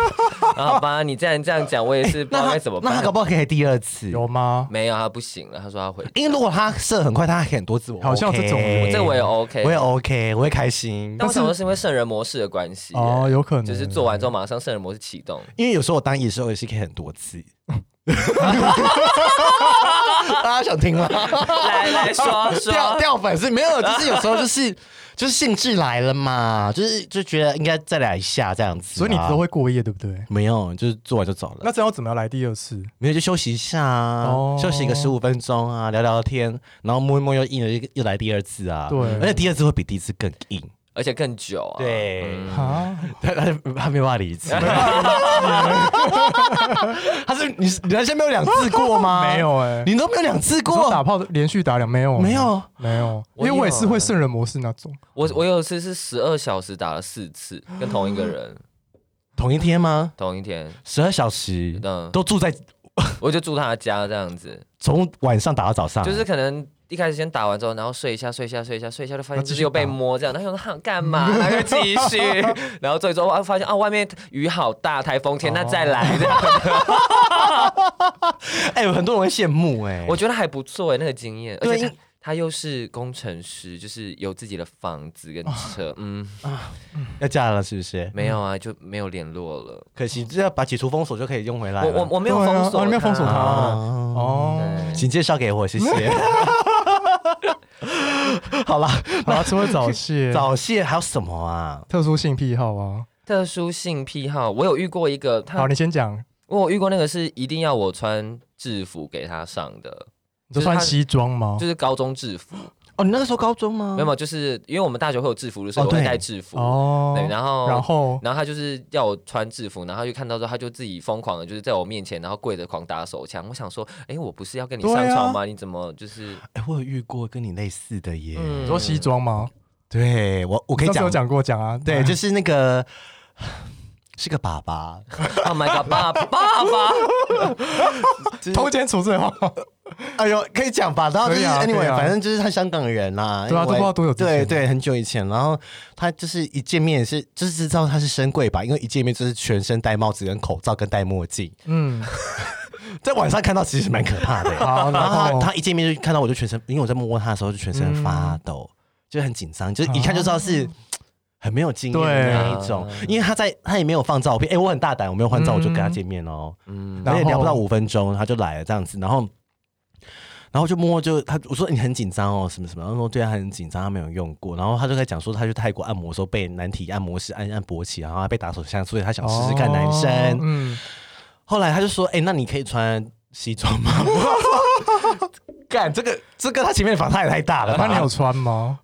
Speaker 3: 然后好吧，你既然这样讲，我也是不
Speaker 1: 哎
Speaker 3: 知
Speaker 1: 那
Speaker 3: 道
Speaker 1: 他
Speaker 3: 该怎么
Speaker 1: 那他
Speaker 3: 办
Speaker 1: 搞。不好可以第二次，
Speaker 2: 有吗？
Speaker 3: 没有，他不行了，他说他回，
Speaker 1: 因为如果他射很快，他还很多次，我
Speaker 2: 好像
Speaker 1: OK
Speaker 2: 这种人
Speaker 3: 这我也 OK，
Speaker 1: 哎我也 OK，我会开心。
Speaker 3: 但我想说是因为圣人模式的关系耶，
Speaker 2: 哦，有可能
Speaker 3: 就是做完之后马上圣人模式启动。
Speaker 1: 因为有时候我当野兽也是可以很多次。大家想听吗？
Speaker 3: 来来说
Speaker 1: 掉
Speaker 3: 说，
Speaker 1: 掉粉丝没有，就是有时候就是就是兴致来了嘛，就是就觉得应该再来一下这样子啊。
Speaker 2: 所以你都会过夜，对不对？
Speaker 1: 没有，就是做完就走了。
Speaker 2: 那这样要怎么样来第二次？
Speaker 1: 没有就休息一下啊，
Speaker 2: 哦
Speaker 1: 休息个十五分钟啊，聊聊天，然后摸一摸又硬了，又又来第二次啊。
Speaker 2: 对
Speaker 1: 而且第二次会比第一次更硬。
Speaker 3: 而且更久啊。
Speaker 1: 对
Speaker 3: 嗯
Speaker 2: 啊，
Speaker 1: 他他他没办法理解， 他是你你人生没有两次过吗？
Speaker 2: 没，有
Speaker 3: 欸
Speaker 2: 哎，
Speaker 1: 你都没有两次
Speaker 2: 说打
Speaker 1: 过，
Speaker 2: 炮连续打两没有
Speaker 1: 没有
Speaker 2: 没有，因
Speaker 3: 我
Speaker 2: 为我也
Speaker 3: 有
Speaker 2: 是会
Speaker 3: 欸
Speaker 2: 圣人模式那种，
Speaker 3: 我我有一次是十二小时打了四次，跟同一个人，
Speaker 1: 同一天吗？
Speaker 3: 同一天，
Speaker 1: 十二小时
Speaker 3: 嗯，
Speaker 1: 都住在
Speaker 3: 我就住他家这样子。
Speaker 1: 从晚上打到
Speaker 2: 啊
Speaker 1: 早上，
Speaker 3: 就是可能一开始先打完之后，然后睡一下，睡一下，睡一下，睡一下，就发
Speaker 2: 然后
Speaker 3: 现
Speaker 2: 继
Speaker 3: 自
Speaker 2: 续
Speaker 3: 己又被
Speaker 2: 打
Speaker 3: 摸这样，然后想说哈干嘛，然后又继 续，然后最终啊发现啊外面雨好大，台风天，那再来这
Speaker 2: 哦
Speaker 3: 样，
Speaker 1: 哎，有很多人会羡慕哎，
Speaker 3: 我觉得还不错哎，那个经验，而
Speaker 1: 对
Speaker 3: 且他
Speaker 1: 因
Speaker 3: 他又是工程师，就是有自己的房子跟
Speaker 2: 哦
Speaker 3: 车， 嗯，
Speaker 1: 要嫁了是不是？
Speaker 3: 没有啊，就没有联络了，
Speaker 1: 可惜只要把解除封锁就可以用回来
Speaker 3: 我
Speaker 1: 了。
Speaker 3: 我我没有
Speaker 2: 对啊
Speaker 3: 封
Speaker 2: 哦
Speaker 3: 锁他，
Speaker 2: 你没有封锁他
Speaker 1: 哦，
Speaker 2: 哦。
Speaker 3: 对
Speaker 1: 请介绍给我，谢 谢。好啦，
Speaker 2: 好啦，除了早泄，
Speaker 1: 早泄还有什么啊？
Speaker 2: 特殊性癖好啊。
Speaker 3: 特殊性癖好，我有遇过一个，他
Speaker 2: 好，你先讲，
Speaker 3: 我有遇过那个是一定要我穿制服给他上的，
Speaker 2: 你就
Speaker 3: 就是他
Speaker 2: 穿西装吗
Speaker 3: 就？是高中制服。
Speaker 1: 哦，你那个时候高中吗
Speaker 3: 没有，没有，就是因为我们大学会有制服的时候，
Speaker 1: 哦
Speaker 3: 我会
Speaker 1: 对
Speaker 3: 带制服。
Speaker 2: 嗯哦，
Speaker 3: 对，然后
Speaker 2: 然后
Speaker 1: 嗯
Speaker 3: 然后他就是要我穿制服，然后他就看到之后，他就自己疯狂的，就是在我面前，然后跪着狂打手枪。我想说，哎，我不是要跟你
Speaker 2: 对啊
Speaker 3: 上床吗？你怎么就是
Speaker 1: 哎，我有遇过跟你类似的耶。
Speaker 3: 嗯
Speaker 2: 你说西装吗？
Speaker 1: 对我，我可以
Speaker 2: 上次有
Speaker 1: 讲，嗯
Speaker 2: 讲过讲啊，
Speaker 1: 对，就是是那个 是个爸爸，
Speaker 3: ？Oh my god，爸爸爸爸！
Speaker 2: 偷奸处罪化，
Speaker 1: 哎呦，可以讲吧？然后就是、
Speaker 2: 可以啊
Speaker 1: anyway，、
Speaker 2: 可以啊
Speaker 1: 反正就是他香港人啦、
Speaker 2: 对啊
Speaker 1: 因为
Speaker 2: 都不知道多久之前
Speaker 1: 对对，很久以前。然后他就是一见面也是，就是知道他是深贵吧，因为一见面就是全身戴帽子、跟口罩、跟戴墨镜，
Speaker 2: 嗯，
Speaker 1: 在晚上看到其实蛮可怕的、
Speaker 2: 好，
Speaker 1: 然
Speaker 2: 然
Speaker 1: 后
Speaker 2: 后
Speaker 1: 他他一见面就看到我就全身，因为我在摸他的时候就全身发抖，就很紧张，就是一看就知道是。很没有经验的那一种
Speaker 3: 对啊，
Speaker 1: 因为他在他也没有放照片，哎、我很大胆，我没有换照，我就跟他见面哦，
Speaker 3: 嗯，
Speaker 1: 而且
Speaker 2: 然后
Speaker 1: 聊不到五分钟他就来了这样子，然后。然后就摸就他，我说你很紧张哦，什么什么，然后说对他很紧张，他没有用过。然后他就在讲说，他去泰国按摩的时候被男体按摩师按一按勃起，然后他被打手枪，所以他想试试看男生。
Speaker 2: 哦嗯，
Speaker 1: 后来他就说：“哎、那你可以穿西装吗？” 干这个，这个他前面反差也太大了吧？
Speaker 2: 那你有穿吗？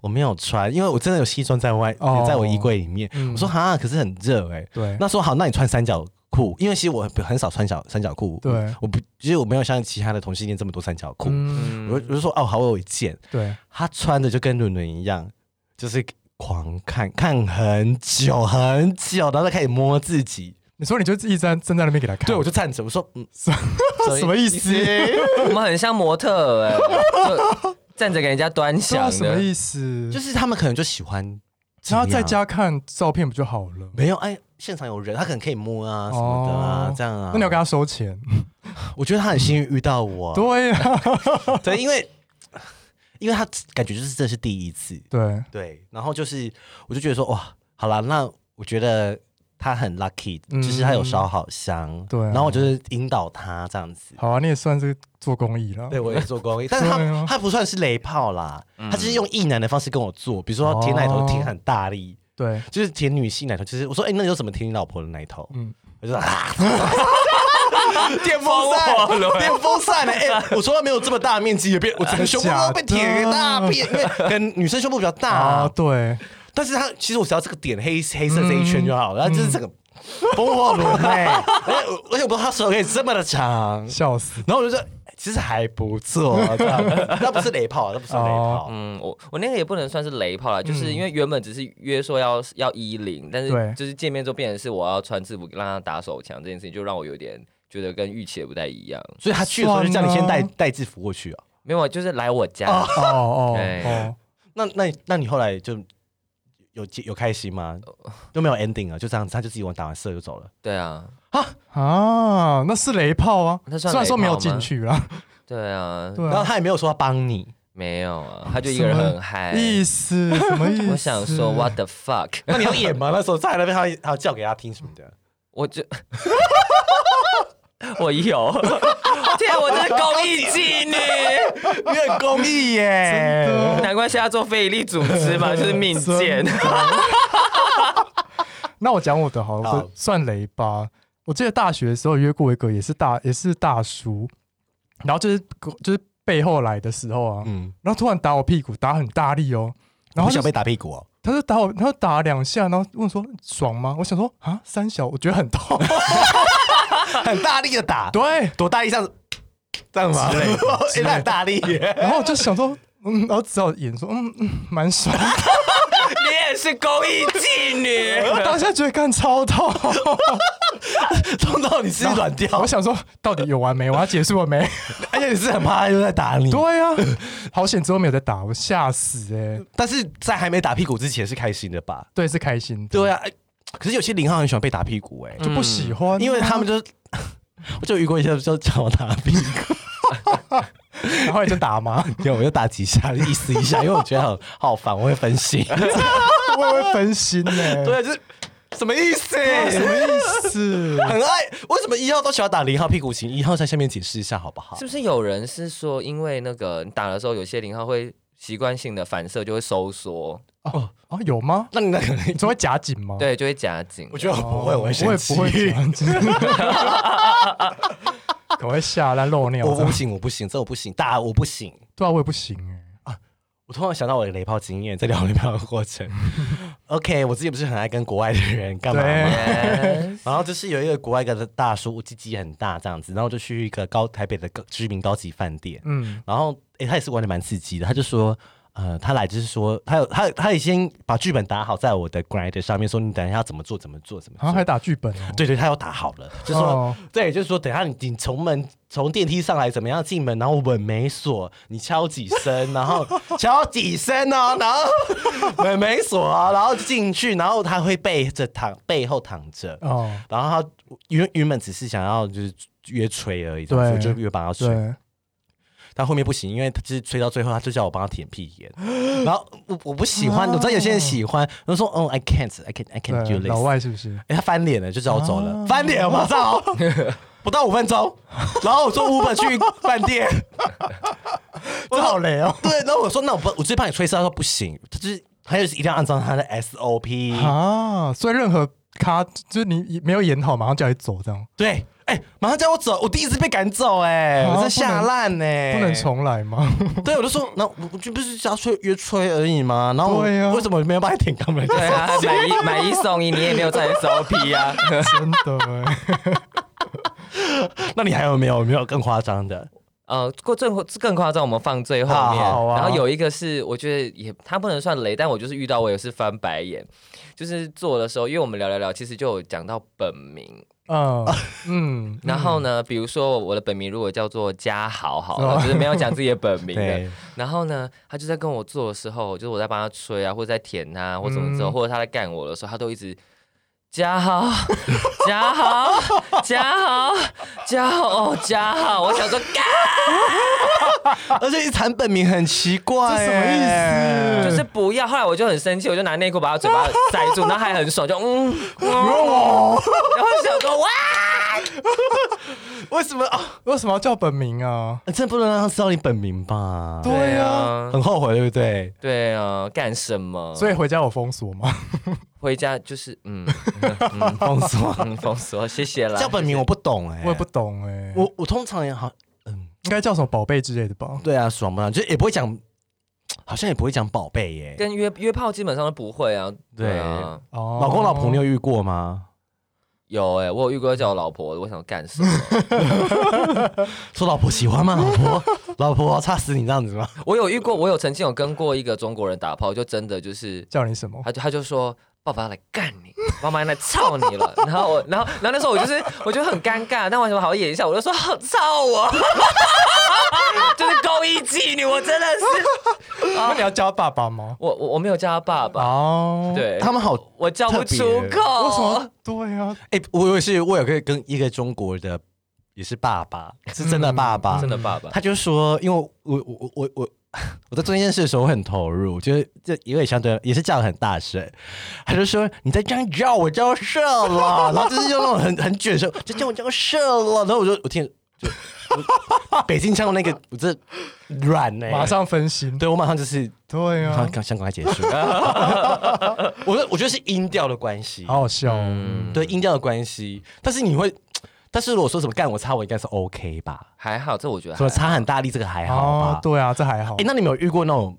Speaker 1: 我没有穿，因为我真的有西装在外，
Speaker 2: 哦
Speaker 1: 在我衣柜里面。
Speaker 2: 嗯
Speaker 1: 我说哈，可是很热哎、
Speaker 2: 对，
Speaker 1: 那说好，那你穿三角裤，因为其实我很少穿小三角裤。
Speaker 2: 对
Speaker 1: 我不，其实我没有像其他的同性恋这么多三角裤。
Speaker 2: 嗯，
Speaker 1: 我
Speaker 3: 嗯
Speaker 1: 就我就说哦，好，我有一件，
Speaker 2: 对，
Speaker 1: 他穿的就跟伦伦一样，就是狂看看很久很久，然后再开始摸自己。
Speaker 2: 你说你就一直站站在那边给他看，
Speaker 1: 对，我就呃站着，我说嗯，
Speaker 2: 什么意思？
Speaker 3: 我们很像模特哎，就站着给人家端
Speaker 2: 对啊
Speaker 3: 详
Speaker 2: 什么
Speaker 3: 的。
Speaker 2: 意思？
Speaker 1: 就是是他们可能就喜欢这样，
Speaker 2: 然后在家看照片不就好了？
Speaker 1: 没有哎，现场有人，他可能可以摸啊什么的啊，
Speaker 2: 哦
Speaker 1: 这样啊。
Speaker 2: 那你要给他收钱？ 啊
Speaker 1: 我觉得他很幸运遇到我，
Speaker 2: 对呀，
Speaker 1: 对，因为。 因为他感觉就是这是第一次，
Speaker 2: 对，
Speaker 1: 对，然后就是我就觉得说哇，好啦，那我觉得他很 lucky，就是他有烧好香，
Speaker 2: 嗯对啊
Speaker 1: 然后我就是引导他这样子。
Speaker 2: 好啊，你也算是做公益了。
Speaker 1: 对，我也做 公益，但是
Speaker 2: 对啊
Speaker 1: 他他不算是雷炮啦，他就是用意男的方式跟我做，比如
Speaker 2: 哦
Speaker 1: 说舔奶头舔很大力，
Speaker 2: 对，
Speaker 1: 就是舔女性奶头，就是我说哎、那你有怎么舔你老婆的奶头？
Speaker 2: 嗯，
Speaker 1: 我就说啊。 电风
Speaker 3: 风火轮
Speaker 1: 扇，电风扇 呢、欸？哎、我从来没有这么大的面积，也被我整个胸部都被舔个大便，因为可能女生胸部比较大、
Speaker 2: 啊，对，
Speaker 1: 但是它其实我只要这个点黑黑色这一圈就好了，然后就是这个风火 轮嗯哎、欸，而且我而且我不知道它手可以这么的长，
Speaker 2: 笑死。
Speaker 1: 然后我就说欸其实还不错，这样哦子 那不是雷炮，那不是雷炮，
Speaker 3: 嗯，我我那个也不能算是雷炮啦，就是因为原本只是约说要要衣领，但
Speaker 2: 嗯对
Speaker 3: 是就是见面之后变成是我要穿制服让他打手枪这件事情，就让我有点觉得跟预期的不太一样。
Speaker 1: 所以他去的时候就叫你先带
Speaker 2: 算啊
Speaker 1: 带制服过去哦。
Speaker 3: 没有，啊就是来我家，
Speaker 2: 哦 哦
Speaker 3: 对
Speaker 2: 哦，
Speaker 1: 那那你那你后来就有有有开心吗？都没有 ending 了，就这样子，他就自己玩打完射就走了。
Speaker 3: 对啊，
Speaker 2: 啊，那是雷炮啊，
Speaker 3: 那算
Speaker 2: 虽然说没有
Speaker 3: 雷炮吗嗯
Speaker 2: 进去啦，
Speaker 3: 对啊，
Speaker 2: 对
Speaker 1: 然后
Speaker 2: 啊，
Speaker 1: 他也没有说要帮你，
Speaker 3: 没有啊，他就一个人很嗨。
Speaker 2: 意思什么意思？
Speaker 3: 我想说，What the fuck？
Speaker 1: 那你要演吗？那时候在那边他他叫给他听什么的，
Speaker 3: 我就 我有， 天啊，我这是公益 妓女，
Speaker 1: 你很公益耶，
Speaker 2: 真的
Speaker 3: 难怪现在做非营利组织嘛，就是命贱。
Speaker 2: 那我讲我的好了，我
Speaker 1: 好
Speaker 2: 的算雷吧。我记得大学的时候约过一个，也是大也是大叔，然后就是就是背后来的时候啊，
Speaker 1: 嗯，
Speaker 2: 然后突然打我屁股，打很大力哦，然
Speaker 1: 然
Speaker 2: 后
Speaker 1: 后
Speaker 2: 他
Speaker 1: 想
Speaker 2: 就
Speaker 1: 被打屁股哦。
Speaker 2: 他就打我，他就打了两下，然后问说爽吗？我想说啊，三小，我觉得很 痛，
Speaker 1: 很大力的打，
Speaker 2: 对，
Speaker 1: 多大力这样子，这样吗？
Speaker 2: 之类
Speaker 1: 欸
Speaker 2: 的
Speaker 1: 那很大力 耶，
Speaker 2: 然后我就想说，嗯，然后只好演说，嗯嗯，蛮爽，
Speaker 3: 你也是公益妓
Speaker 2: 我
Speaker 3: 女，
Speaker 2: 当下觉得干超痛，
Speaker 1: 痛到你自己软掉
Speaker 2: 我，想说到底有完没完？要结束 了没？
Speaker 1: 而且你是很怕他又在打你。
Speaker 2: 对啊，好险之后没有再打，我吓死哎、
Speaker 1: 但是在还没打屁股之前是开心的吧？
Speaker 2: 对，是开心的，
Speaker 1: 对啊，欸可是有些零号很喜欢被打屁股哎，
Speaker 2: 就不喜欢啊、
Speaker 1: 因为他们就是， 我就遇过一些就叫我打屁股，
Speaker 2: 然后你就打 吗？
Speaker 1: 然后我就打几下意思一下，因为我觉得很好烦，我会分 心。
Speaker 2: 我也会分心呢、
Speaker 1: 对，啊，就是什么意思？
Speaker 3: 啊
Speaker 2: 什么意思？
Speaker 1: 很爱，为什么一号都喜欢打零号屁股？请一号在下面解释一下好不好
Speaker 3: 是？不是有人是说，因为那个你打的时候，有些零号会习惯性的反射就会收缩，
Speaker 2: 哦哦，有吗？
Speaker 1: 那你那可能
Speaker 2: 你只会夹紧吗？
Speaker 3: 对，就会夹紧
Speaker 1: 我。觉得
Speaker 2: 哦，
Speaker 1: 我不会，我会
Speaker 2: 我
Speaker 1: 生
Speaker 2: 也
Speaker 1: 气。
Speaker 2: 不会夹紧， 可能会吓烂漏尿
Speaker 1: 我
Speaker 2: 这
Speaker 1: 我不
Speaker 2: 样。
Speaker 1: 行，我不行，这我不行，大我不行。
Speaker 2: 对啊，我也不行哎。
Speaker 1: 我突然想到我的雷炮经验，在聊雷炮的过 程。OK，我自己不是很爱跟国外的人干嘛
Speaker 2: 对
Speaker 1: 吗？
Speaker 3: Yes
Speaker 1: 然后就是有一个国外一个大叔，鸡鸡很大这样子，然后我就去一个高台北的高知名高级饭店，
Speaker 2: 嗯，
Speaker 1: 然后诶、他也是玩的蛮刺激的，他就说。呃，他来就是说，他有他有他已经把剧本打好在我的 grinder 上面，说你等一下要怎么做怎么做怎么
Speaker 2: 好像
Speaker 1: 做。
Speaker 2: 还打剧本哦。
Speaker 1: 对对，他有打好了， 就说、
Speaker 2: 哦
Speaker 1: 对，就是说等一下你你从门从电梯上来怎么样进门，然后门没锁，你敲几声，然后 敲几声哦，然后 门没锁啊，然后进去，然后他会背着躺背后躺着，
Speaker 2: 哦，
Speaker 1: 然后他原原本只是想要就是约吹而已，这样
Speaker 2: 对
Speaker 1: 子我就约帮他吹，
Speaker 2: 对，
Speaker 1: 但后面不行，因为他就是吹到最后，他就叫我帮他舔屁 眼，然后我我不喜欢，我知道有些人喜欢，我就说哦、i can't，I can't，I can't do
Speaker 2: 啊对，
Speaker 1: this，
Speaker 2: 老外是不是？
Speaker 1: 哎、他翻脸了，就叫我走了，
Speaker 2: 啊
Speaker 1: 翻脸了马上、 哦，不到五分钟，然后我说 Uber 去饭 店，
Speaker 2: 这好雷哦。
Speaker 1: 对，然后我说那我不，我最怕你吹哨，他说不行，他就是他就是一定要按照他的 SOP，、
Speaker 2: 啊，所以任何咖就是你没有演好，马上叫你走这样，
Speaker 1: 对，哎、马上叫我走，我第一次被赶走、哎、
Speaker 2: 啊
Speaker 1: 我真吓烂哎，
Speaker 2: 不能，重 来吗？
Speaker 1: 对，我就说那我我就不是要吹约吹而已吗？然后我
Speaker 2: 对啊
Speaker 1: 为什么没有办法舔肛门？
Speaker 3: 对啊，买一买一送一，你也没有在 SOP 啊。
Speaker 2: 真的哎，
Speaker 1: 那你还有没有有没有更夸张的？
Speaker 3: 呃，过更更夸张，我们放最后面。
Speaker 1: 好
Speaker 2: 好啊
Speaker 3: 然后有一个是，我觉得也他不能算雷，但我就是遇到我也是翻白眼，就是做的时候，因为我们聊聊聊，其实就有讲到本名。
Speaker 2: 嗯嗯，
Speaker 3: 然后呢，比如说我的本名如果叫做嘉豪，好了，就是没有讲自己的本名的。
Speaker 1: 哦 对，
Speaker 3: 然后呢，他就在跟我做的时候，就是我在帮他吹啊，或者在舔他，或怎么之后，
Speaker 2: 嗯
Speaker 3: 或者他在干我的时候，他都一直嘉豪，嘉豪，嘉豪，嘉豪，哦，嘉豪，我想说，嘎，
Speaker 1: 而且喊本名很奇怪、欸
Speaker 2: 这什么
Speaker 1: 嗯
Speaker 2: 意思
Speaker 3: 就是不要。后来我就很生气，我就拿内裤把他嘴巴塞住，然后还很爽，就嗯，嗯然后
Speaker 1: 哦
Speaker 3: 我想说哇，
Speaker 1: 思？为什么啊？
Speaker 2: 为什么要叫本名啊？
Speaker 1: 真的不能让他知道你本名吧？
Speaker 2: 对啊
Speaker 3: 啊，
Speaker 1: 很后悔，对不对？
Speaker 3: 对啊，干什
Speaker 1: 呃
Speaker 3: 么？
Speaker 2: 所以回家有封锁吗？
Speaker 1: 哎
Speaker 3: 回家就是嗯，嗯 嗯
Speaker 1: 封锁
Speaker 3: 嗯，封锁，谢谢啦。
Speaker 1: 叫本名我不懂哎、
Speaker 2: 我也不，懂哎、
Speaker 1: 我我通常也好，嗯，
Speaker 2: 应该叫什么宝贝之类的吧？
Speaker 1: 对啊，爽吧，就也不会讲，好像也不会讲宝贝耶。
Speaker 3: 跟约约炮基本上都不会啊。
Speaker 1: 对
Speaker 3: 啊，
Speaker 2: 哦，
Speaker 1: 老公老婆你有遇过吗？
Speaker 3: 有哎、我有遇过
Speaker 1: 嗯
Speaker 3: 叫我老婆，我想干什么？
Speaker 1: 说老婆喜欢吗？老婆，老婆差死你这样子吗？
Speaker 3: 我有遇过，我有曾经有跟过一个中国人打炮，就真的就是，
Speaker 2: 叫你什么？
Speaker 3: 他就他就说。爸爸要来干 你，妈妈要来操你了。然后我，然后，然后那时候我就是，我就很尴尬，但我想好演一下，我就说好操我， 就是勾引妓女，我真的 是，
Speaker 1: 啊
Speaker 2: 那你要叫他爸爸吗？
Speaker 3: 我我我没有叫他爸爸，
Speaker 2: 哦，，
Speaker 3: 对，
Speaker 1: 嗯他们好，
Speaker 3: 我叫不出
Speaker 1: 特别
Speaker 3: 口，
Speaker 2: 为什么？对啊，
Speaker 1: 哎、我也是，我有个跟一个中国的，也是爸爸，是真的爸
Speaker 2: 嗯
Speaker 1: 爸，
Speaker 3: 真的爸爸？
Speaker 1: 他就说，因为我我我我我 我在做这件事的时候我很投入，就是这因为相对也是叫得很大声，他就说你再这样叫我叫射了，然后就是用那种很很卷的声，就叫我叫射了，然后我就我听就我北京腔那个我这软呢、
Speaker 2: 马上分心。
Speaker 1: 哎对我马上就是
Speaker 2: 对
Speaker 1: 好
Speaker 2: 啊，
Speaker 1: 想想赶快结束， 我说我觉得是音调的关系，
Speaker 2: 好好笑哦。
Speaker 3: 嗯，
Speaker 1: 对音调的关系，但是你会。但是如果说什么干我擦我应该是 OK 吧，
Speaker 3: 还好，这我觉得
Speaker 1: 什么
Speaker 3: 还好
Speaker 1: 擦很大力这个还好吧
Speaker 2: 哦，？对啊，这还好
Speaker 1: 哎、。那你们有遇过那种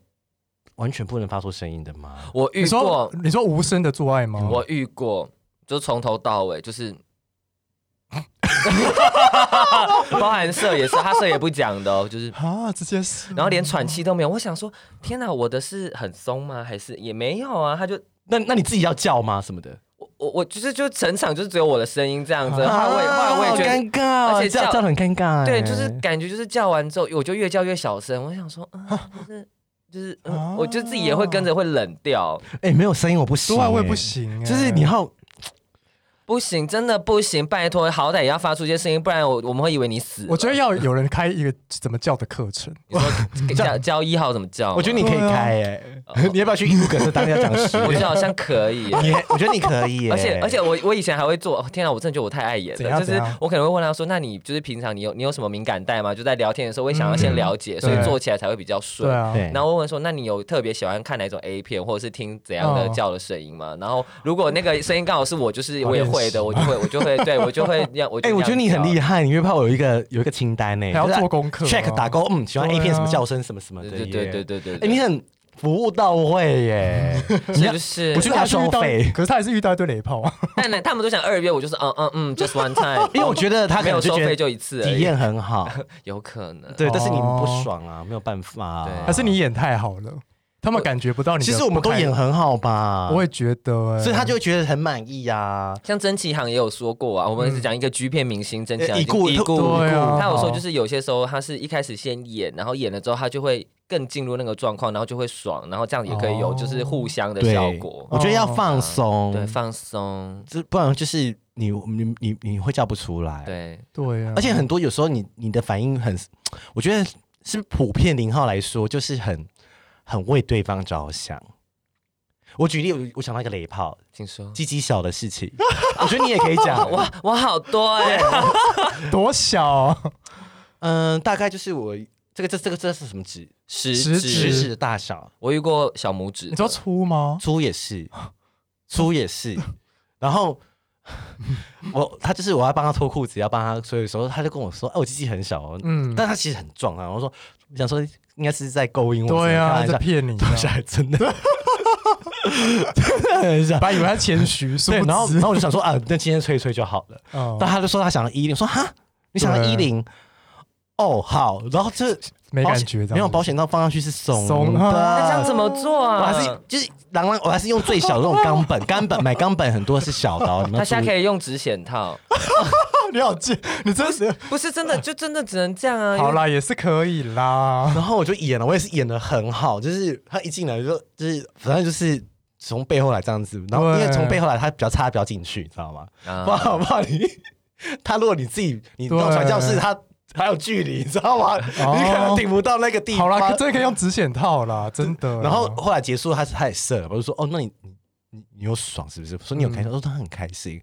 Speaker 1: 完全不能发出声音的吗？
Speaker 3: 我
Speaker 2: 你
Speaker 3: 遇
Speaker 2: 说
Speaker 3: 过，
Speaker 2: 你说无声的做爱吗？
Speaker 3: 我遇过，就从头到尾就是，包含射也是，他射也不讲的哦，就是。
Speaker 2: 啊，直接是，
Speaker 3: 然后连喘气都没有，我想说，天哪，我的是很松吗？还是也没有啊？他就
Speaker 1: 那那你自己要叫吗？什么的？
Speaker 3: 我我我就是就整场就只有我的声音这样子，
Speaker 2: 啊
Speaker 3: 后来我也后来我也
Speaker 1: 好
Speaker 3: 觉得，
Speaker 1: 尴尬，
Speaker 3: 而且
Speaker 1: 这样
Speaker 3: 叫
Speaker 1: 这样很尴尬、哎
Speaker 3: 对，就是感觉就是叫完之后，我就越叫越小声，我想说，啊，就是就是，嗯我就自己也会跟着会冷掉，
Speaker 1: 哎、没有声音我不行、
Speaker 2: 做爱我也
Speaker 1: 欸
Speaker 2: 不，行欸，
Speaker 1: 就是你要
Speaker 3: 哦不行，真的不行，拜托，好歹也要发出一些声音，不然我我们会以为你死了。
Speaker 2: 我觉得要有人开一个怎么叫的课程，
Speaker 3: 你 说教教一号怎么叫吗？
Speaker 1: 我觉得你可以
Speaker 2: 对啊
Speaker 1: 开哎、 你要不要去义务格斯当一下讲师？
Speaker 3: 我觉得好像 可以耶。
Speaker 1: 你我觉得你可以、欸，
Speaker 3: 而且而且我我以前还会做，哦天啊，我真的觉得我太碍眼
Speaker 2: 怎样
Speaker 3: 了。就
Speaker 2: 怎
Speaker 3: 是
Speaker 2: 样
Speaker 3: 我可能会问他说：“那你就是平常你有你有什么敏感带吗？”就在聊天的时候，我也想要
Speaker 1: 嗯
Speaker 3: 先了解，所以
Speaker 2: 对
Speaker 3: 做起来才会比较顺
Speaker 2: 对。啊，
Speaker 1: 对，
Speaker 3: 然后问问说：“那你有特别喜欢看哪种 A 片，或者是听怎样的
Speaker 1: 嗯
Speaker 2: 哦
Speaker 3: 叫的声音吗？”然后如果那个声音刚好是我，就是我也会的，
Speaker 2: 好
Speaker 3: 我就会我就会对我就会让我
Speaker 1: 哎、我觉得你很厉
Speaker 3: 害。
Speaker 1: 害，你约炮有一个有一个清单呢、欸，
Speaker 2: 还要
Speaker 1: 就是
Speaker 2: 做功课啊
Speaker 1: check 打勾，嗯，喜欢
Speaker 2: 对
Speaker 1: A
Speaker 2: 啊
Speaker 1: 片什么叫声什么什么的
Speaker 3: 对
Speaker 1: 耶，
Speaker 3: 对对对对对
Speaker 1: 哎、
Speaker 3: 对，
Speaker 1: 你很服务到位耶、
Speaker 3: 是不是
Speaker 1: 我？觉得要
Speaker 2: 可是他还是
Speaker 1: 收
Speaker 2: 遇到
Speaker 1: 费，
Speaker 2: 可是他还是遇到一堆雷 炮啊，
Speaker 3: 但呢，他们都想二约，我就是嗯嗯嗯，just one time，
Speaker 1: 因为我觉得他可
Speaker 3: 没
Speaker 1: 能
Speaker 3: 有
Speaker 1: 就
Speaker 3: 收
Speaker 1: 觉
Speaker 3: 费
Speaker 1: 得
Speaker 3: 就一次而
Speaker 1: 体
Speaker 3: 已，
Speaker 1: 验很 好，
Speaker 3: 有可能。
Speaker 1: 对，但是你
Speaker 2: 哦
Speaker 1: 不爽啊，没有办法、啊。
Speaker 3: 对
Speaker 2: 还是你演太好了，他们感觉不到你的
Speaker 1: 其
Speaker 2: 不开。
Speaker 1: 实我们都演很好吧，
Speaker 2: 我也觉得欸，
Speaker 1: 所以他就会觉得很满意呀、啊。
Speaker 3: 像曾启航也有说过啊，我们是讲一个 G 片明星曾启航
Speaker 1: 呃已故
Speaker 3: 已
Speaker 1: 特
Speaker 3: 故，
Speaker 2: 对啊，
Speaker 3: 他有说就是有些时候他是一开始先演，然后演了之后他就会更进入那个状况，然后就会爽，然后这样也可以有
Speaker 2: 哦
Speaker 3: 就是互相的
Speaker 1: 对嗯
Speaker 3: 效果，
Speaker 1: 我觉得要放松，
Speaker 3: 哦对，放松，
Speaker 1: 这不然就是你你你你会叫不出来。，
Speaker 3: 对，
Speaker 2: 对啊，
Speaker 1: 而且很多有时候你你的反应很，我觉得是普遍零号来说，就是很很为对方着想。我举例，我我想到一个雷炮，
Speaker 3: 请说。
Speaker 1: 鸡鸡小的事情， 我觉得你也可以讲。
Speaker 3: 哇，我好多哎、
Speaker 2: 多小啊，
Speaker 1: 嗯、大概就是我这个这这个这是什么指？
Speaker 3: 食
Speaker 2: 食
Speaker 1: 食
Speaker 2: 指
Speaker 1: 指的大小，
Speaker 3: 我遇过小拇指的，
Speaker 2: 你知道粗吗？
Speaker 1: 猪也是，猪也是。然 后我他就是我要帮他脱裤子，要帮他，所以时候他就跟我说：“哎、我鸡鸡很小哦，
Speaker 2: 嗯，
Speaker 1: 但他其实很壮啊。”我说：“我想说应该是在勾 引我，
Speaker 2: 对啊，
Speaker 1: 开玩
Speaker 2: 他在
Speaker 1: 笑
Speaker 2: 骗你啊，
Speaker 1: 脱下来真的，真的很小
Speaker 2: 本。”来以为他谦虚，殊
Speaker 1: 对，
Speaker 2: 不
Speaker 1: 然后
Speaker 2: 知
Speaker 1: 然后我就想说啊，那今天吹一吹就好了。
Speaker 2: 嗯
Speaker 1: 但他就说他想要一零，我说哈，你想要
Speaker 2: 对
Speaker 1: 一零？哦，好。然后这
Speaker 2: 没
Speaker 1: 保
Speaker 2: 感
Speaker 1: 险
Speaker 2: 觉，
Speaker 1: 没有保，险套放上去是松
Speaker 2: 松
Speaker 1: 的，
Speaker 2: 啊
Speaker 3: 那这样怎么做
Speaker 1: 我
Speaker 3: 啊？
Speaker 1: 还是就是狼狼，我还是用最小的那种冈本，冈本 买冈本很多是小的、哦，你们
Speaker 3: 他
Speaker 1: 要
Speaker 3: 现在
Speaker 1: 注
Speaker 3: 可
Speaker 1: 意。
Speaker 3: 以用止血套，
Speaker 2: 你好贱，你真 是
Speaker 3: 不是真的，就真的只能这样啊。
Speaker 2: 好啦，也是可以啦，
Speaker 1: 然后我就演了，我也是演的很好，就是他一进来就就是反正就是从背后来这样子，然后因为
Speaker 2: 对
Speaker 1: 从背后来他比较插得比较进去，你知道吗？
Speaker 3: 啊
Speaker 1: 不好不好，你他如果你自己你
Speaker 2: 对哦
Speaker 1: 到传教士，他还有距离，你知道吗？你可能顶不到那个地
Speaker 2: 好
Speaker 1: 方。
Speaker 2: 啦，这可以用止血套啦，真的。
Speaker 1: 然后后来结束，他是他也射了，我就说哦，那你你你你有爽是不是？我说你有开心，我说他很开心。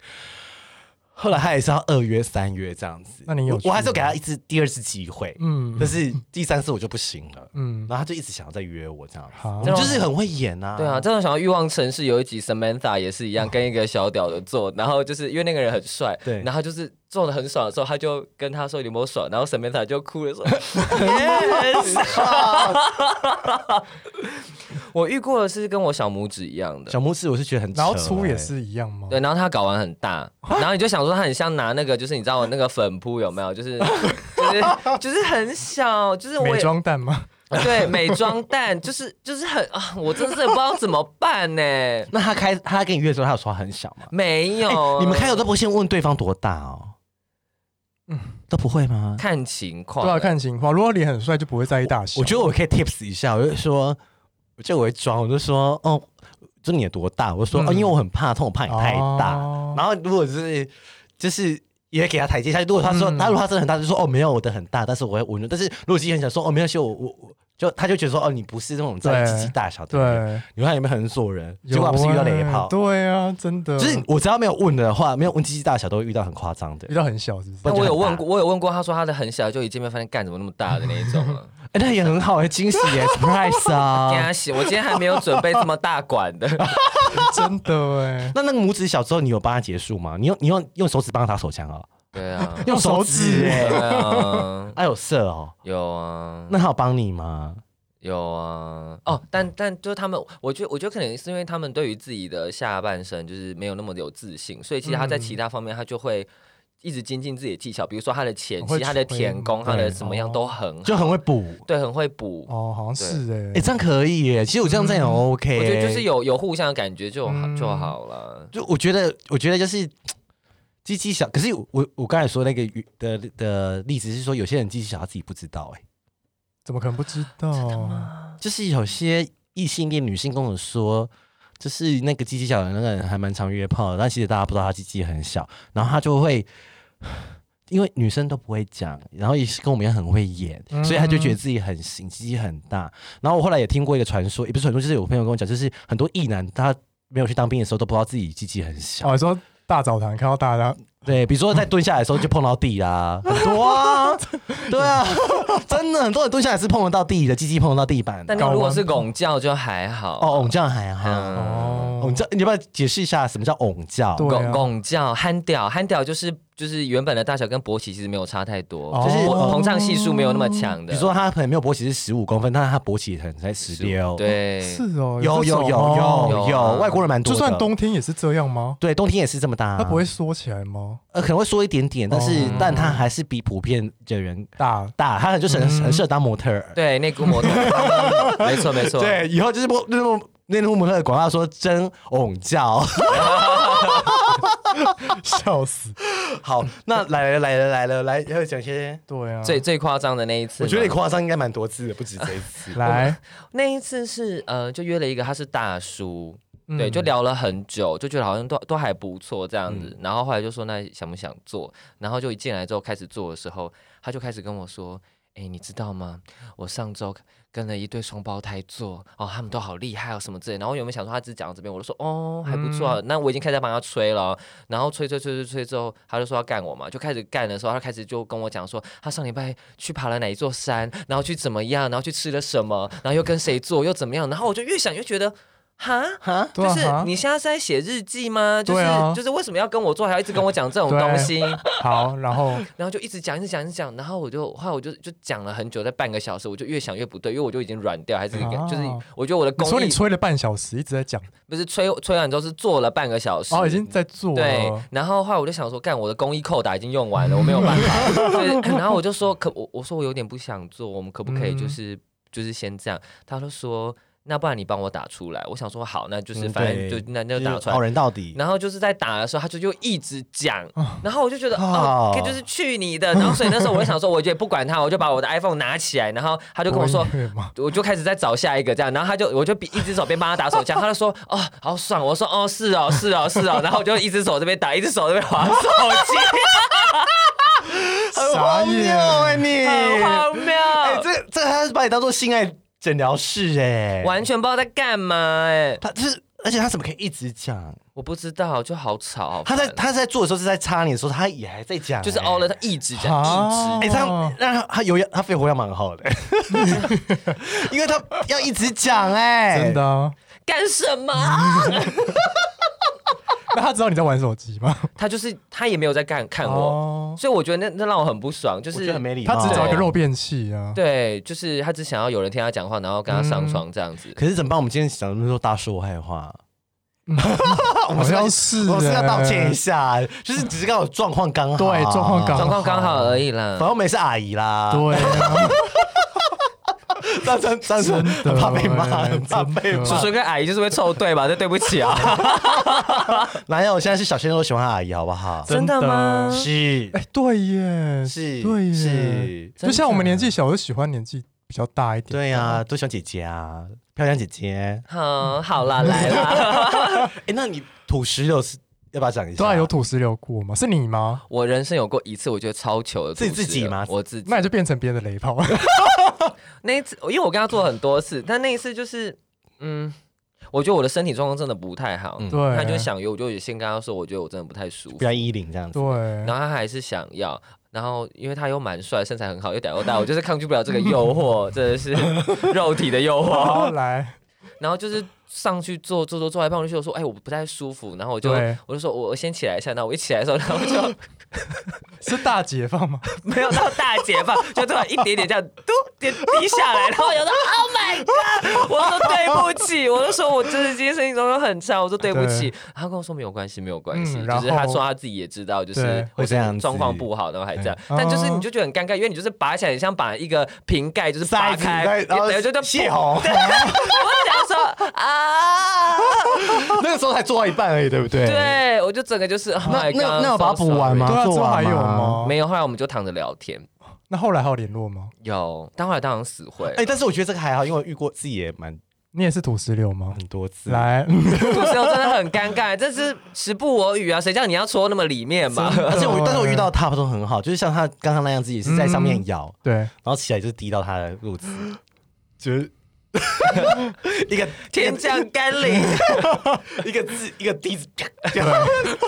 Speaker 1: 后来他也是要二约三约这样子，
Speaker 2: 那你有
Speaker 1: 我
Speaker 2: 去
Speaker 1: 我还是有给
Speaker 2: 吗
Speaker 1: 他一次第二次机会，
Speaker 2: 嗯
Speaker 1: 但是第三次我就不行了，
Speaker 2: 嗯，
Speaker 1: 然后他就一直想要再约我这样子，
Speaker 2: 好
Speaker 1: 我们就是很会演啊，
Speaker 3: 对啊，，这种想要欲望城市有一集 Samantha 也是一样，跟一个小屌的做，然后就是因为那个人很帅，
Speaker 1: 对
Speaker 3: 然后就是做的很爽的时候，他就跟他说你有没有爽，然后 Samantha 就哭了说，也很爽。 我遇过的是跟我小拇指一样的
Speaker 1: 小，拇指我是觉得很扯
Speaker 2: 然
Speaker 1: 欸，
Speaker 2: 后粗也是一样吗？
Speaker 3: 对，然后他睾丸很大，然后你就想说他很像拿那个，就是你知道那个粉扑有没有？就是就是就是很小，就是我
Speaker 2: 美
Speaker 3: 也
Speaker 2: 妆蛋吗？
Speaker 3: 对美妆蛋，就是就是很啊，我真是不知道怎么办呢、
Speaker 1: 那他开他跟你约的时候，他有说他很小吗？
Speaker 3: 没有，
Speaker 1: 哎你们开头都不会先问对方多大哦？嗯，都不会吗？
Speaker 3: 看情况，
Speaker 2: 对啊，看情况。如果脸很帅，就不会在意大小。
Speaker 1: 我觉得我可以 tips 一下，我就说，我就我会装，我就说，哦，就你有多大？我就说，
Speaker 2: 嗯
Speaker 1: 哦，因为我很怕痛，我怕你太大。
Speaker 2: 哦
Speaker 1: 然后如果就是就是。也给他台阶下。如果他说、
Speaker 2: 嗯
Speaker 1: 他如果他真的很大，就说哦没有我的很大，但是我会我但是如果自己很想说哦没有，其实我我我就他就觉得说哦你不是那种在
Speaker 2: 对
Speaker 1: 鸡鸡大小的人，
Speaker 2: 对，
Speaker 1: 你看有没有很啊做人？结
Speaker 2: 有
Speaker 1: 果他不是遇到
Speaker 2: 欸
Speaker 1: 雷炮，
Speaker 2: 对啊，真的，
Speaker 1: 就是我只要没有问的话，没有问鸡鸡大小，都会遇到很夸张的
Speaker 2: 遇。到很小，是不是？
Speaker 3: 但我有
Speaker 1: 不然就很大
Speaker 3: 问过，我有问过，他说他的很小，就一见面发现干怎么那么大的那一种啊。
Speaker 1: 哎、那也很好哎、 惊喜耶，surprise
Speaker 3: 跟
Speaker 1: 啊！
Speaker 3: 他洗，我今天还没有准备这么大管的，
Speaker 2: 真的 哎，
Speaker 1: 那那个拇指小之后，你有帮他结束吗？你用你用用手指帮他打手枪哦，
Speaker 3: 对啊，
Speaker 2: 用手指
Speaker 1: 哎、
Speaker 3: 对啊，
Speaker 1: 他有射哦，
Speaker 3: 有啊，
Speaker 1: 那他有帮你吗？
Speaker 3: 有啊，哦，但但就是他们，我觉得我觉得可能是因为他们对于自己的下半身就是没有那么有自信，所以其实他在
Speaker 2: 嗯
Speaker 3: 其他方面他就会。一直精进自己的技巧，比如说他的前
Speaker 2: 会
Speaker 3: 期、他的
Speaker 2: 吹
Speaker 3: 田工、他
Speaker 1: 对
Speaker 3: 的怎么样都很好，
Speaker 1: 就很会 补，
Speaker 3: 对，很会补。
Speaker 2: 哦，好像是哎
Speaker 1: 哎、，这样可以耶、其实我这样这样也 OK，、
Speaker 3: 嗯我觉得就是，有有互相的感觉就好、就
Speaker 2: 嗯
Speaker 3: 好了。
Speaker 1: 就我觉得我觉得就是。鸡鸡小，可是我我我刚才说那个的的例子是说，有些人鸡鸡小他自己不知道、哎，
Speaker 2: 怎么可能不知道？
Speaker 1: 哦就是有些异性恋女性跟我说，就是那个鸡鸡小的那个人还蛮常约炮的，但其实大家不知道他鸡鸡很小，然后他就会。 因为女生都不会讲，然后也是跟我们一样很会演，
Speaker 2: 嗯
Speaker 1: 所以他就觉得自己很行，鸡鸡很大。然后我后来也听过一个传说，也不是传说，就是有朋友跟我讲，就是很多异男他没有去当兵的时候都不知道自己鸡鸡很小。
Speaker 2: 哦，你说大澡堂看到大家
Speaker 1: 对，比如说在蹲下来的时候就碰到地啊，很多啊，对啊，真的很多人蹲下来是碰得到地的，鸡鸡碰得到地板的
Speaker 3: 但。
Speaker 2: 睾
Speaker 3: 如果
Speaker 2: 丸
Speaker 3: 是
Speaker 2: 不
Speaker 3: 拱叫就还好
Speaker 1: 哦，我们这样还好。
Speaker 3: 嗯
Speaker 2: 哦
Speaker 1: 拱，教，你要不要解释一下什么叫拱教？
Speaker 2: 对
Speaker 3: 拱
Speaker 2: 啊
Speaker 3: 拱叫憨屌，憨屌就是就是原本的大小跟勃起其实没有差太多，
Speaker 2: 哦
Speaker 3: 就是
Speaker 1: 哦
Speaker 3: 膨胀系数没有那么强的。
Speaker 1: 比如说他可能没有勃起是十五公分，但是他勃起可能才十六。，
Speaker 3: 对，
Speaker 2: 是哦，
Speaker 1: 有
Speaker 2: 这
Speaker 1: 有有
Speaker 2: 种哦
Speaker 1: 有
Speaker 3: 有啊
Speaker 1: 有，外国人蛮多
Speaker 2: 就
Speaker 1: 的。
Speaker 2: 算冬天也是这样吗？
Speaker 1: 对冬天也是这么大啊，
Speaker 2: 它不会缩起来吗？
Speaker 1: 呃可能会缩一点点，但是
Speaker 2: 哦
Speaker 1: 但他还是比普遍的人
Speaker 2: 大
Speaker 1: 大，他就是很
Speaker 2: 嗯
Speaker 1: 很适合当模特儿。
Speaker 3: 对内裤模特， 嗯没错没错，
Speaker 1: 对，以后就是模那种那种模特的广告说真拱教。
Speaker 2: 笑死，
Speaker 1: 好，那来了来了来了来，要讲些。
Speaker 2: 对啊，。
Speaker 3: 最最夸张的那一次嘛，
Speaker 1: 我觉得你夸张应该蛮多次的，不止这一次
Speaker 2: 来，
Speaker 3: 那一次是呃，就约了一个他是大叔，
Speaker 2: 嗯
Speaker 3: 对，就聊了很久，就觉得好像都都还不错这样子。然后后来就说那想不想做？然后就一进来之后开始做的时候，他就开始跟我说：“哎、你知道吗？我上周跟了一对双胞胎做，哦，他们都好厉害哦，什么之类。”然后原本想说他只讲到这边，我就说：“哦，还不错、啊。那我已经开始帮他吹了哦，然后吹吹吹吹吹之后，他就说要干我嘛，就开始干的时候，他开始就跟我讲说，他上礼拜去爬了哪一座山，然后去怎么样，然后去吃了什么，然后又跟谁做，又怎么样，然后我就越想越觉得，哈，
Speaker 1: 哈，
Speaker 2: 对啊
Speaker 3: 就是
Speaker 2: 哈
Speaker 3: 你现在是在写日记吗？就是、
Speaker 2: 对啊
Speaker 3: 就是为什么要跟我做，还要一直跟我讲这种东西，
Speaker 2: 好，然 后
Speaker 3: 然后就一直讲，一直讲，一直讲，然后我就后来我就就讲了很久，在半个小时，我就越想越不对，因为我就已经软掉，还是、
Speaker 2: 啊
Speaker 3: 就是我觉得我的
Speaker 2: 你说
Speaker 3: 功
Speaker 2: 你
Speaker 3: 力
Speaker 2: 吹了半小时，一直在讲，
Speaker 3: 不是吹吹完之后是做了半个小时，
Speaker 2: 哦，已经在做
Speaker 3: 对
Speaker 2: 了，，
Speaker 3: 然后后来我就想说，干我的公益扣打已经用完了，我没有办法。 对，然后我就说，可我我说我有点不想做，我们可不可以就
Speaker 2: 嗯
Speaker 3: 是、就是先这样？他就说那不然你帮我打出来。我想说好，那就是
Speaker 1: 嗯
Speaker 3: 反正就
Speaker 1: 对
Speaker 3: 那那就打出来
Speaker 1: 好。人到底，
Speaker 3: 然后就是在打的时候，他就又一直讲，然后我就觉得
Speaker 1: 啊
Speaker 3: 哦，可以就是去你的。然后所以那时候我就想说，我也不管他，我就把我的 iPhone 拿起来，然后他就跟我说。
Speaker 2: 不会 吗
Speaker 3: 我就开始在找下一个这样，然后他就我就比一只手边帮他打手枪，他就说哦好爽，我说哦是哦是哦是哦，然后我就一只手这边打，一只手这边划手 机，
Speaker 2: 傻眼，
Speaker 1: 哎你，
Speaker 3: 很荒谬，
Speaker 1: 哎，这这他是把你当做性爱诊疗室哎，
Speaker 3: 完全不知道在干嘛哎、
Speaker 1: 他就是，而且他怎么可以一直讲？
Speaker 3: 我不知道，就好吵，好
Speaker 1: 他
Speaker 3: 烦
Speaker 1: 在他在做的时候是在插你的时候，他也还在讲，
Speaker 3: 就是
Speaker 1: 哎
Speaker 3: 凹了，他一直讲
Speaker 2: 啊
Speaker 3: 一直
Speaker 1: 哎、这样让他他有氧，他肺活量蛮好的， 因为他要一直讲哎、
Speaker 2: 真的、 啊？
Speaker 3: 干什么？
Speaker 2: 那他知道你在玩手机 吗？
Speaker 3: 他就是他也没有在看看我，
Speaker 2: 哦，
Speaker 3: 所以我觉得那那让我很不爽，就
Speaker 1: 我觉
Speaker 3: 是
Speaker 1: 得很没礼貌。欸
Speaker 2: 他只找一个
Speaker 3: 对
Speaker 2: 肉便器啊。
Speaker 3: 对，就是他只想要有人听他讲话，然后跟他上床这样子。
Speaker 1: 可是怎么办？我们今天想那么多大说害话，我
Speaker 2: 好
Speaker 1: 们是要
Speaker 2: 像是、欸，
Speaker 1: 我们是要道歉一下，就是只是刚好状况刚好，
Speaker 2: 对状况刚
Speaker 3: 状况刚好而已啦
Speaker 1: 反，正我们也是阿姨啦，
Speaker 2: 对啊，
Speaker 1: 张张张成
Speaker 2: 真的
Speaker 1: 很怕被骂，
Speaker 2: 哎
Speaker 1: 很怕被
Speaker 2: 真
Speaker 1: 骂
Speaker 2: 的。
Speaker 3: 叔叔跟阿姨就是会凑对吧？这对不起 啊，
Speaker 1: 哪有？哦现在是小鲜肉喜欢阿姨，好不好？
Speaker 3: 真的吗
Speaker 2: 真的
Speaker 1: 是
Speaker 2: 哎、对耶，
Speaker 1: 是
Speaker 2: 对耶，
Speaker 1: 是，
Speaker 2: 就像我们
Speaker 3: 真的
Speaker 2: 年纪小，就喜欢年纪比较大一点。
Speaker 1: 对呀、都喜欢姐姐啊，漂亮姐姐。
Speaker 3: 好好啦，来啦，
Speaker 1: 哎、那你土石榴是要不要讲一下？
Speaker 2: 对啊，有土石流过吗？是你吗？
Speaker 3: 我人生有过一次我觉得超糗的故事了，
Speaker 1: 自自己吗
Speaker 3: 我自己
Speaker 2: 那你就变成别人的雷 炮。
Speaker 3: 那一次，因为我跟他做了很多次，但那一次就是，嗯，我觉得我的身体状况真的不太好，
Speaker 1: 嗯
Speaker 2: 对，
Speaker 3: 他就想约，我就也先跟他说，我觉得我真的不太舒服
Speaker 1: 不，要衣领这样子。
Speaker 2: 对，
Speaker 3: 然后他还是想要，然后因为他又蛮帅，身材很好，又屌又大，我就是抗拒不了这个诱惑，真的是肉体的诱惑。
Speaker 2: 后来
Speaker 3: 然后就是上去坐坐坐坐一半，我就说，哎，我不太舒服，然后我就
Speaker 2: 对
Speaker 3: 我就说我我先起来一下，然后我一起来的时候，然后我就
Speaker 2: 是大解放 吗？
Speaker 3: 没有到大解 放，就突然一点点这样嘟点滴下来，然后我就说 Oh my God！我说对不起，我就说我就是今天身体状况很差，我说对不起。他跟我说没有关系，没有关
Speaker 2: 嗯
Speaker 3: 系，就是
Speaker 2: 然后
Speaker 3: 他说他自己也知道，就是
Speaker 2: 对
Speaker 3: 我
Speaker 1: 会这样子
Speaker 3: 状况不好，然后还这样，
Speaker 2: 嗯
Speaker 3: 但就是
Speaker 2: 哦
Speaker 3: 你就觉得很尴尬，因为你就是拔起来，你像把一个瓶盖就是拔
Speaker 1: 塞子
Speaker 3: 开，
Speaker 1: 对然后
Speaker 3: 对，就就
Speaker 1: 泄。洪，
Speaker 3: 我就想说啊，
Speaker 1: 那个时候才做到一半而已，对不对？。
Speaker 3: 对我就整个就是，Oh
Speaker 1: 那
Speaker 3: my
Speaker 1: 那
Speaker 3: God！
Speaker 1: 那有把它
Speaker 3: so
Speaker 1: 补完
Speaker 3: sorry
Speaker 1: 吗
Speaker 2: 对啊，
Speaker 1: 做
Speaker 2: 之后
Speaker 1: 完
Speaker 2: 还有
Speaker 1: 吗
Speaker 2: 吗？
Speaker 3: 没有，后来我们就躺着聊天，
Speaker 2: 那后来还有联络吗？
Speaker 3: 有，但后来当然死灰。
Speaker 1: 哎，但是我觉得这个还好，因为我遇过自己也蛮
Speaker 2: 你也是土石流吗？
Speaker 1: 很多次。
Speaker 2: 来，嗯
Speaker 3: 土石流真的很尴 尬，这是时不我与啊！谁叫你要戳那么里面嘛？
Speaker 1: 而且我， 但是我遇到他都很好，就是像他刚刚那样子，也是在上面咬，
Speaker 2: 对，
Speaker 1: 然后起来就滴到他的肚子， 就是 一个
Speaker 3: 天降甘霖
Speaker 1: 一个字一个滴子，啪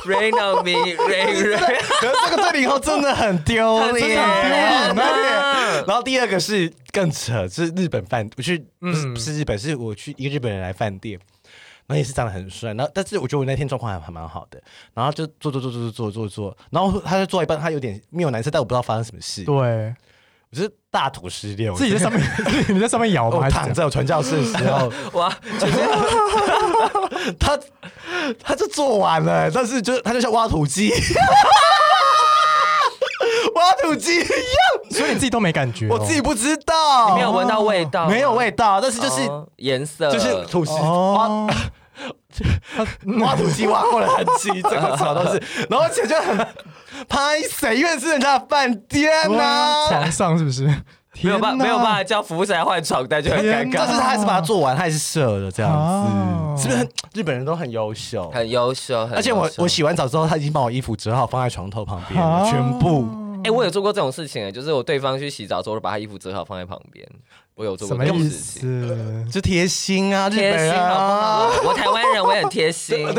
Speaker 3: ，Rain on me，Rain rain，
Speaker 1: 可是这个对你以后真的很丢
Speaker 3: 很丢
Speaker 1: 脸，
Speaker 3: 脸
Speaker 1: 很丢
Speaker 3: 啊
Speaker 1: 脸。然后第二个是更扯，是日本饭，我去不是不是日本，是我去一个日本人来饭店。然后也是长得很帅，然后但是我觉得我那天状况还还蛮好的，然后就坐坐坐坐坐坐坐，然后他就坐一半，他有点面有难色，但我不知道发生什么事，
Speaker 2: 对，
Speaker 1: 我就是大吐失溜，
Speaker 2: 自己在上面，你在上面咬吗？
Speaker 1: 我
Speaker 2: 还是
Speaker 1: 躺在我传教士的时候，
Speaker 3: 哇！
Speaker 1: 他他就做完了，但是就他就像挖土机，挖土机一样，
Speaker 2: 怎样，所以你自己都没感觉哦。
Speaker 1: 我自己不知道，
Speaker 3: 没有闻到味道，
Speaker 1: 没有味道，但是就是、
Speaker 3: 哦颜色，
Speaker 1: 就是土石、
Speaker 2: 哦，
Speaker 1: 挖挖土机挖过了痕迹，整个草都 是，然后而且就很拍谁，因为是人家的饭店啊呐、
Speaker 2: 床上是不是？
Speaker 3: 没有办
Speaker 2: 天哪
Speaker 3: 没有办法叫服务生来换床单就很尴
Speaker 1: 但
Speaker 3: 尬，
Speaker 1: 是他还是把它做完，他还是射了这样子，
Speaker 2: 哦
Speaker 1: 是不是很？日本人都很优秀，
Speaker 3: 很优秀，很
Speaker 1: 而且我
Speaker 3: 优秀
Speaker 1: 我。洗完澡之后，他已经把我衣服折好放在床头旁边，
Speaker 2: 啊
Speaker 1: 了，全部。
Speaker 3: 哎、我有做过这种事
Speaker 1: 嗯
Speaker 3: 情、哎，就是我对方去洗澡之后，我把他衣服折好放在旁边，我有做
Speaker 2: 什
Speaker 3: 过
Speaker 2: 么
Speaker 3: 这种
Speaker 2: 意
Speaker 3: 事情，
Speaker 2: 思？
Speaker 1: 就贴心啊，日
Speaker 3: 贴
Speaker 1: 本
Speaker 3: 心好不
Speaker 1: 啊，
Speaker 3: 好？我台湾人，我也很贴 心，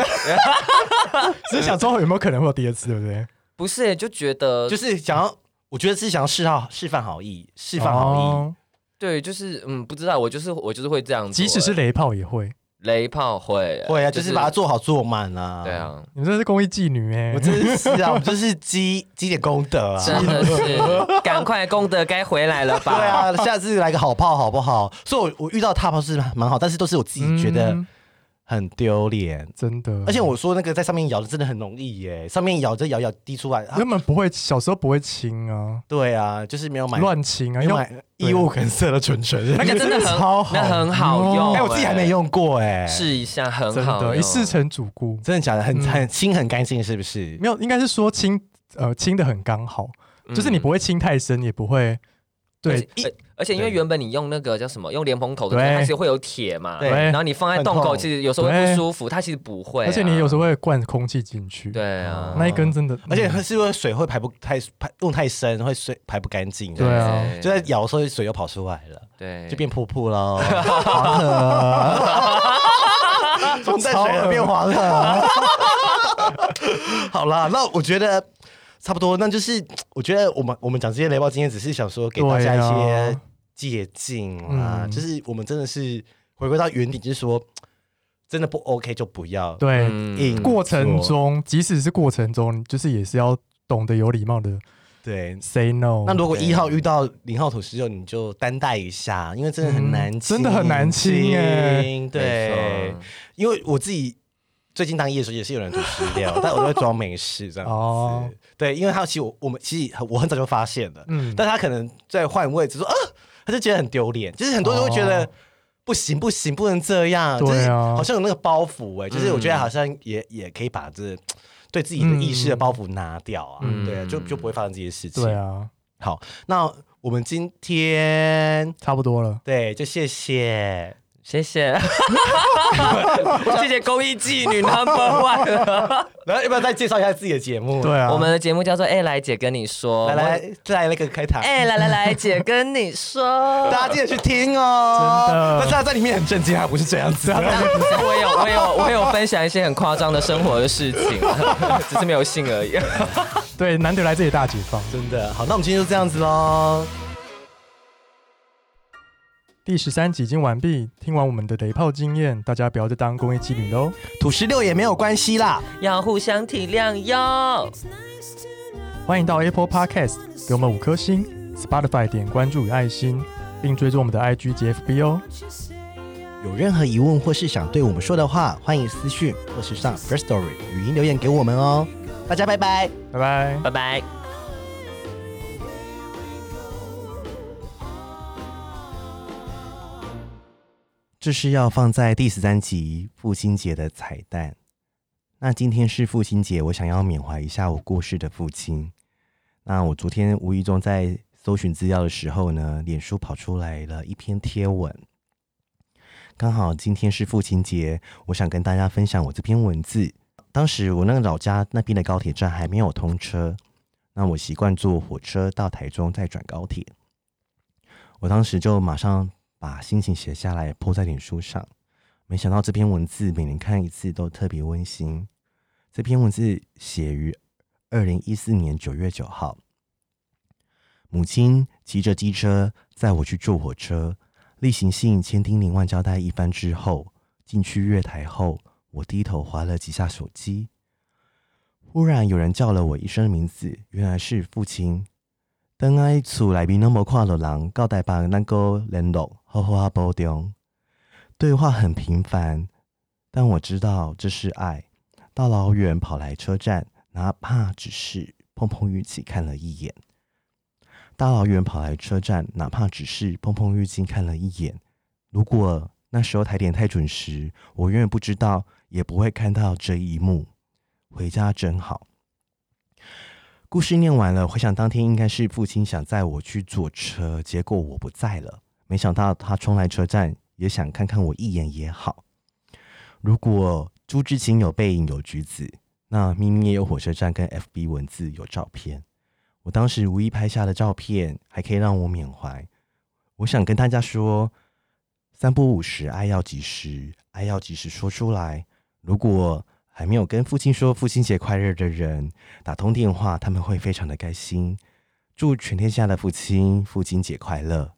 Speaker 2: 只是想说有没有可能会有第二次，对不对？
Speaker 3: 不是、就觉得
Speaker 1: 就是想要，我觉得是想要示好示范好意，示范好意。
Speaker 2: 哦，
Speaker 3: 对，就是嗯，不知道，我就是我就是会这样做、
Speaker 2: 即使是
Speaker 3: 欸
Speaker 2: 雷炮也会。
Speaker 3: 雷炮会欸，
Speaker 1: 会啊，就是把它做好做满啊。
Speaker 3: 对，啊，
Speaker 2: 你们真的是公益妓女哎、
Speaker 1: 我真是啊，我们就是积积点功德啊。
Speaker 3: 真的是，赶快功德该回来了
Speaker 1: 对啊
Speaker 3: 吧？
Speaker 1: 啊，下次来个好炮好不好？所以我，我遇到踏炮是蛮好，但是都是我自己觉得
Speaker 2: 嗯
Speaker 1: 很丢脸。
Speaker 2: 真的。
Speaker 1: 而且我说那个在上面咬的真的很容易耶，上面咬着咬咬滴出来，啊
Speaker 2: 根本不会，小时候不会亲啊，
Speaker 1: 对啊，就是没有买
Speaker 2: 乱亲啊，
Speaker 1: 没
Speaker 2: 哦因
Speaker 1: 有
Speaker 2: 为
Speaker 1: 买异物梗塞的唇唇，
Speaker 3: 那个真的很
Speaker 1: 超好
Speaker 3: 那很好用、欸
Speaker 1: 哎、我自己还没，用过哎、
Speaker 3: 试一下很
Speaker 2: 真
Speaker 3: 好用，
Speaker 2: 的，一试成主顾，
Speaker 1: 真的假的？很
Speaker 2: 嗯
Speaker 1: 很心很干净是不是？
Speaker 2: 没有，应该是说亲，呃，亲的很刚好，
Speaker 3: 嗯
Speaker 2: 就是你不会亲太深，也不会，
Speaker 3: 而
Speaker 2: 对
Speaker 3: 且而而且因为
Speaker 1: 对
Speaker 3: 原本你用那个叫什么，用莲蓬头的时候，
Speaker 2: 对
Speaker 3: 它其实会有铁嘛，
Speaker 1: 对
Speaker 2: 对
Speaker 3: 然，后你放在洞
Speaker 1: 很
Speaker 3: 口，
Speaker 1: 痛
Speaker 3: 其实有时候会不舒服，它其实不会啊、
Speaker 2: 而且你有时候会灌空气进去，，
Speaker 3: 对啊，
Speaker 2: 那一根真的，
Speaker 1: 而且
Speaker 2: 嗯
Speaker 1: 是不是水会排不太排用太深，会水排不干净？
Speaker 2: 对啊
Speaker 1: 就在咬的时候水又跑出来了，
Speaker 3: 对，
Speaker 1: 就变瀑布喽，黄河， 从淡水河变黄河。 好啦，那我觉得差不多，那就是我觉得我们我们讲这些雷暴经验，只是想说给大家一
Speaker 2: 对
Speaker 1: 些
Speaker 2: 啊
Speaker 1: 借鉴啊，
Speaker 2: 嗯
Speaker 1: 就是我们真的是回归到原点，就是说真的不 OK 就不要
Speaker 2: 对，
Speaker 3: 嗯
Speaker 1: 硬
Speaker 2: 过程
Speaker 1: 做
Speaker 2: 中，即使是过程中，你就是也是要懂得有礼貌的
Speaker 1: 对
Speaker 2: say no。
Speaker 1: 那如果
Speaker 3: 对
Speaker 1: 一号遇到零号土石榴，你就担待一下，因为真的很难
Speaker 2: 嗯
Speaker 1: 亲、
Speaker 2: 真的很难欸亲耶
Speaker 1: 对
Speaker 3: 没，错
Speaker 1: 因为我自己最近当医的时候也是有人土石榴， 但我都会装没事这样子。
Speaker 2: 哦
Speaker 1: 对，因为他其实我我们其实很我很早就发现了，
Speaker 2: 嗯，
Speaker 1: 但他可能在换位置说啊，他就觉得很丢脸，就是很多人会觉得。
Speaker 2: 哦
Speaker 1: 不行不行，不能这样，
Speaker 2: 对啊
Speaker 1: 就是好像有那个包袱哎、就是我觉得
Speaker 3: 嗯
Speaker 1: 好像也、也可以把这对自己的意识的
Speaker 2: 嗯
Speaker 1: 包袱拿掉啊，
Speaker 2: 嗯
Speaker 1: 对啊，就就不会发生这些事情。
Speaker 2: 对啊，
Speaker 1: 好，那我们今天
Speaker 2: 差不多了。
Speaker 1: 对，就谢谢。
Speaker 3: 谢谢，谢 谢公益妓女 number one。
Speaker 1: 然后要不要再介绍一下自己的节目？
Speaker 2: 对，啊，
Speaker 3: 我们的节目叫做《哎、来姐跟你说》，
Speaker 1: 来
Speaker 3: 我，
Speaker 1: 来再来那个开场，
Speaker 3: 哎、来来来姐跟你说，
Speaker 1: 大家记得去听哦。
Speaker 2: 真的
Speaker 1: 但是他在里面很震惊，还不是这样子啊。
Speaker 3: 我有我有我有分享一些很夸张的生活的事情， 只是没有信而已。
Speaker 2: 对难得来这里大解放。
Speaker 1: 真的，好，那我们今天就这样子喽。
Speaker 2: 第十三集已经完毕，听完我们的雷炮经验，大家不要再当公益妓女哦喽。
Speaker 1: 土石榴也没有关系啦，
Speaker 3: 要互相体谅哟。
Speaker 2: 欢迎到 Apple Podcast 给我们五颗星，Spotify 点关注与爱心，并追踪我们的 IG 及 FB 哦。
Speaker 1: 有任何疑问或是想对我们说的话，欢迎私讯或是上 First Story 语音留言给我们哦。大家拜拜。
Speaker 2: 拜拜。
Speaker 3: 拜拜。
Speaker 1: 这是要放在第十三集父亲节的彩蛋。那今天是父亲节，我想要缅怀一下我过世的父亲。那我昨天无意中在搜寻资料的时候呢，脸书跑出来了一篇贴文，刚好今天是父亲节，我想跟大家分享我这篇文字。当时我那个老家那边的高铁站还没有通车，那我习惯坐火车到台中再转高铁。我当时就马上把心情写下来，泼在脸书上。没想到这篇文字每年看一次都特别温馨。这篇文字写于二零一四年九月九号，母亲骑着机车载我去坐火车，例行性千叮咛万交代一番之后，进去月台后，我低头划了几下手机，忽然有人叫了我一声名字，原来是父亲。当爱厝内面拢无看到人，到台北咱个联络，好好啊保重。对话很频繁，但我知道这是爱。大老远跑来车站，哪怕只是碰碰运气看了一眼。大老远跑来车站，哪怕只是碰碰运气看了一眼。如果那时候台点太准时，我永远不知道，也不会看到这一幕。回家真好。故事念完了，回想当天应该是父亲想载我去坐车，结果我不在了。没想到他冲来车站，也想看看我一眼也好。如果朱之清有背影有橘子，那咪咪也有火车站跟 FB 文字有照片。我当时无意拍下的照片，还可以让我缅怀。我想跟大家说，三不五时，爱要及时，爱要及时说出来。如果还没有跟父亲说父亲节快乐的人，打通电话，他们会非常的开心。祝全天下的父亲父亲节快乐！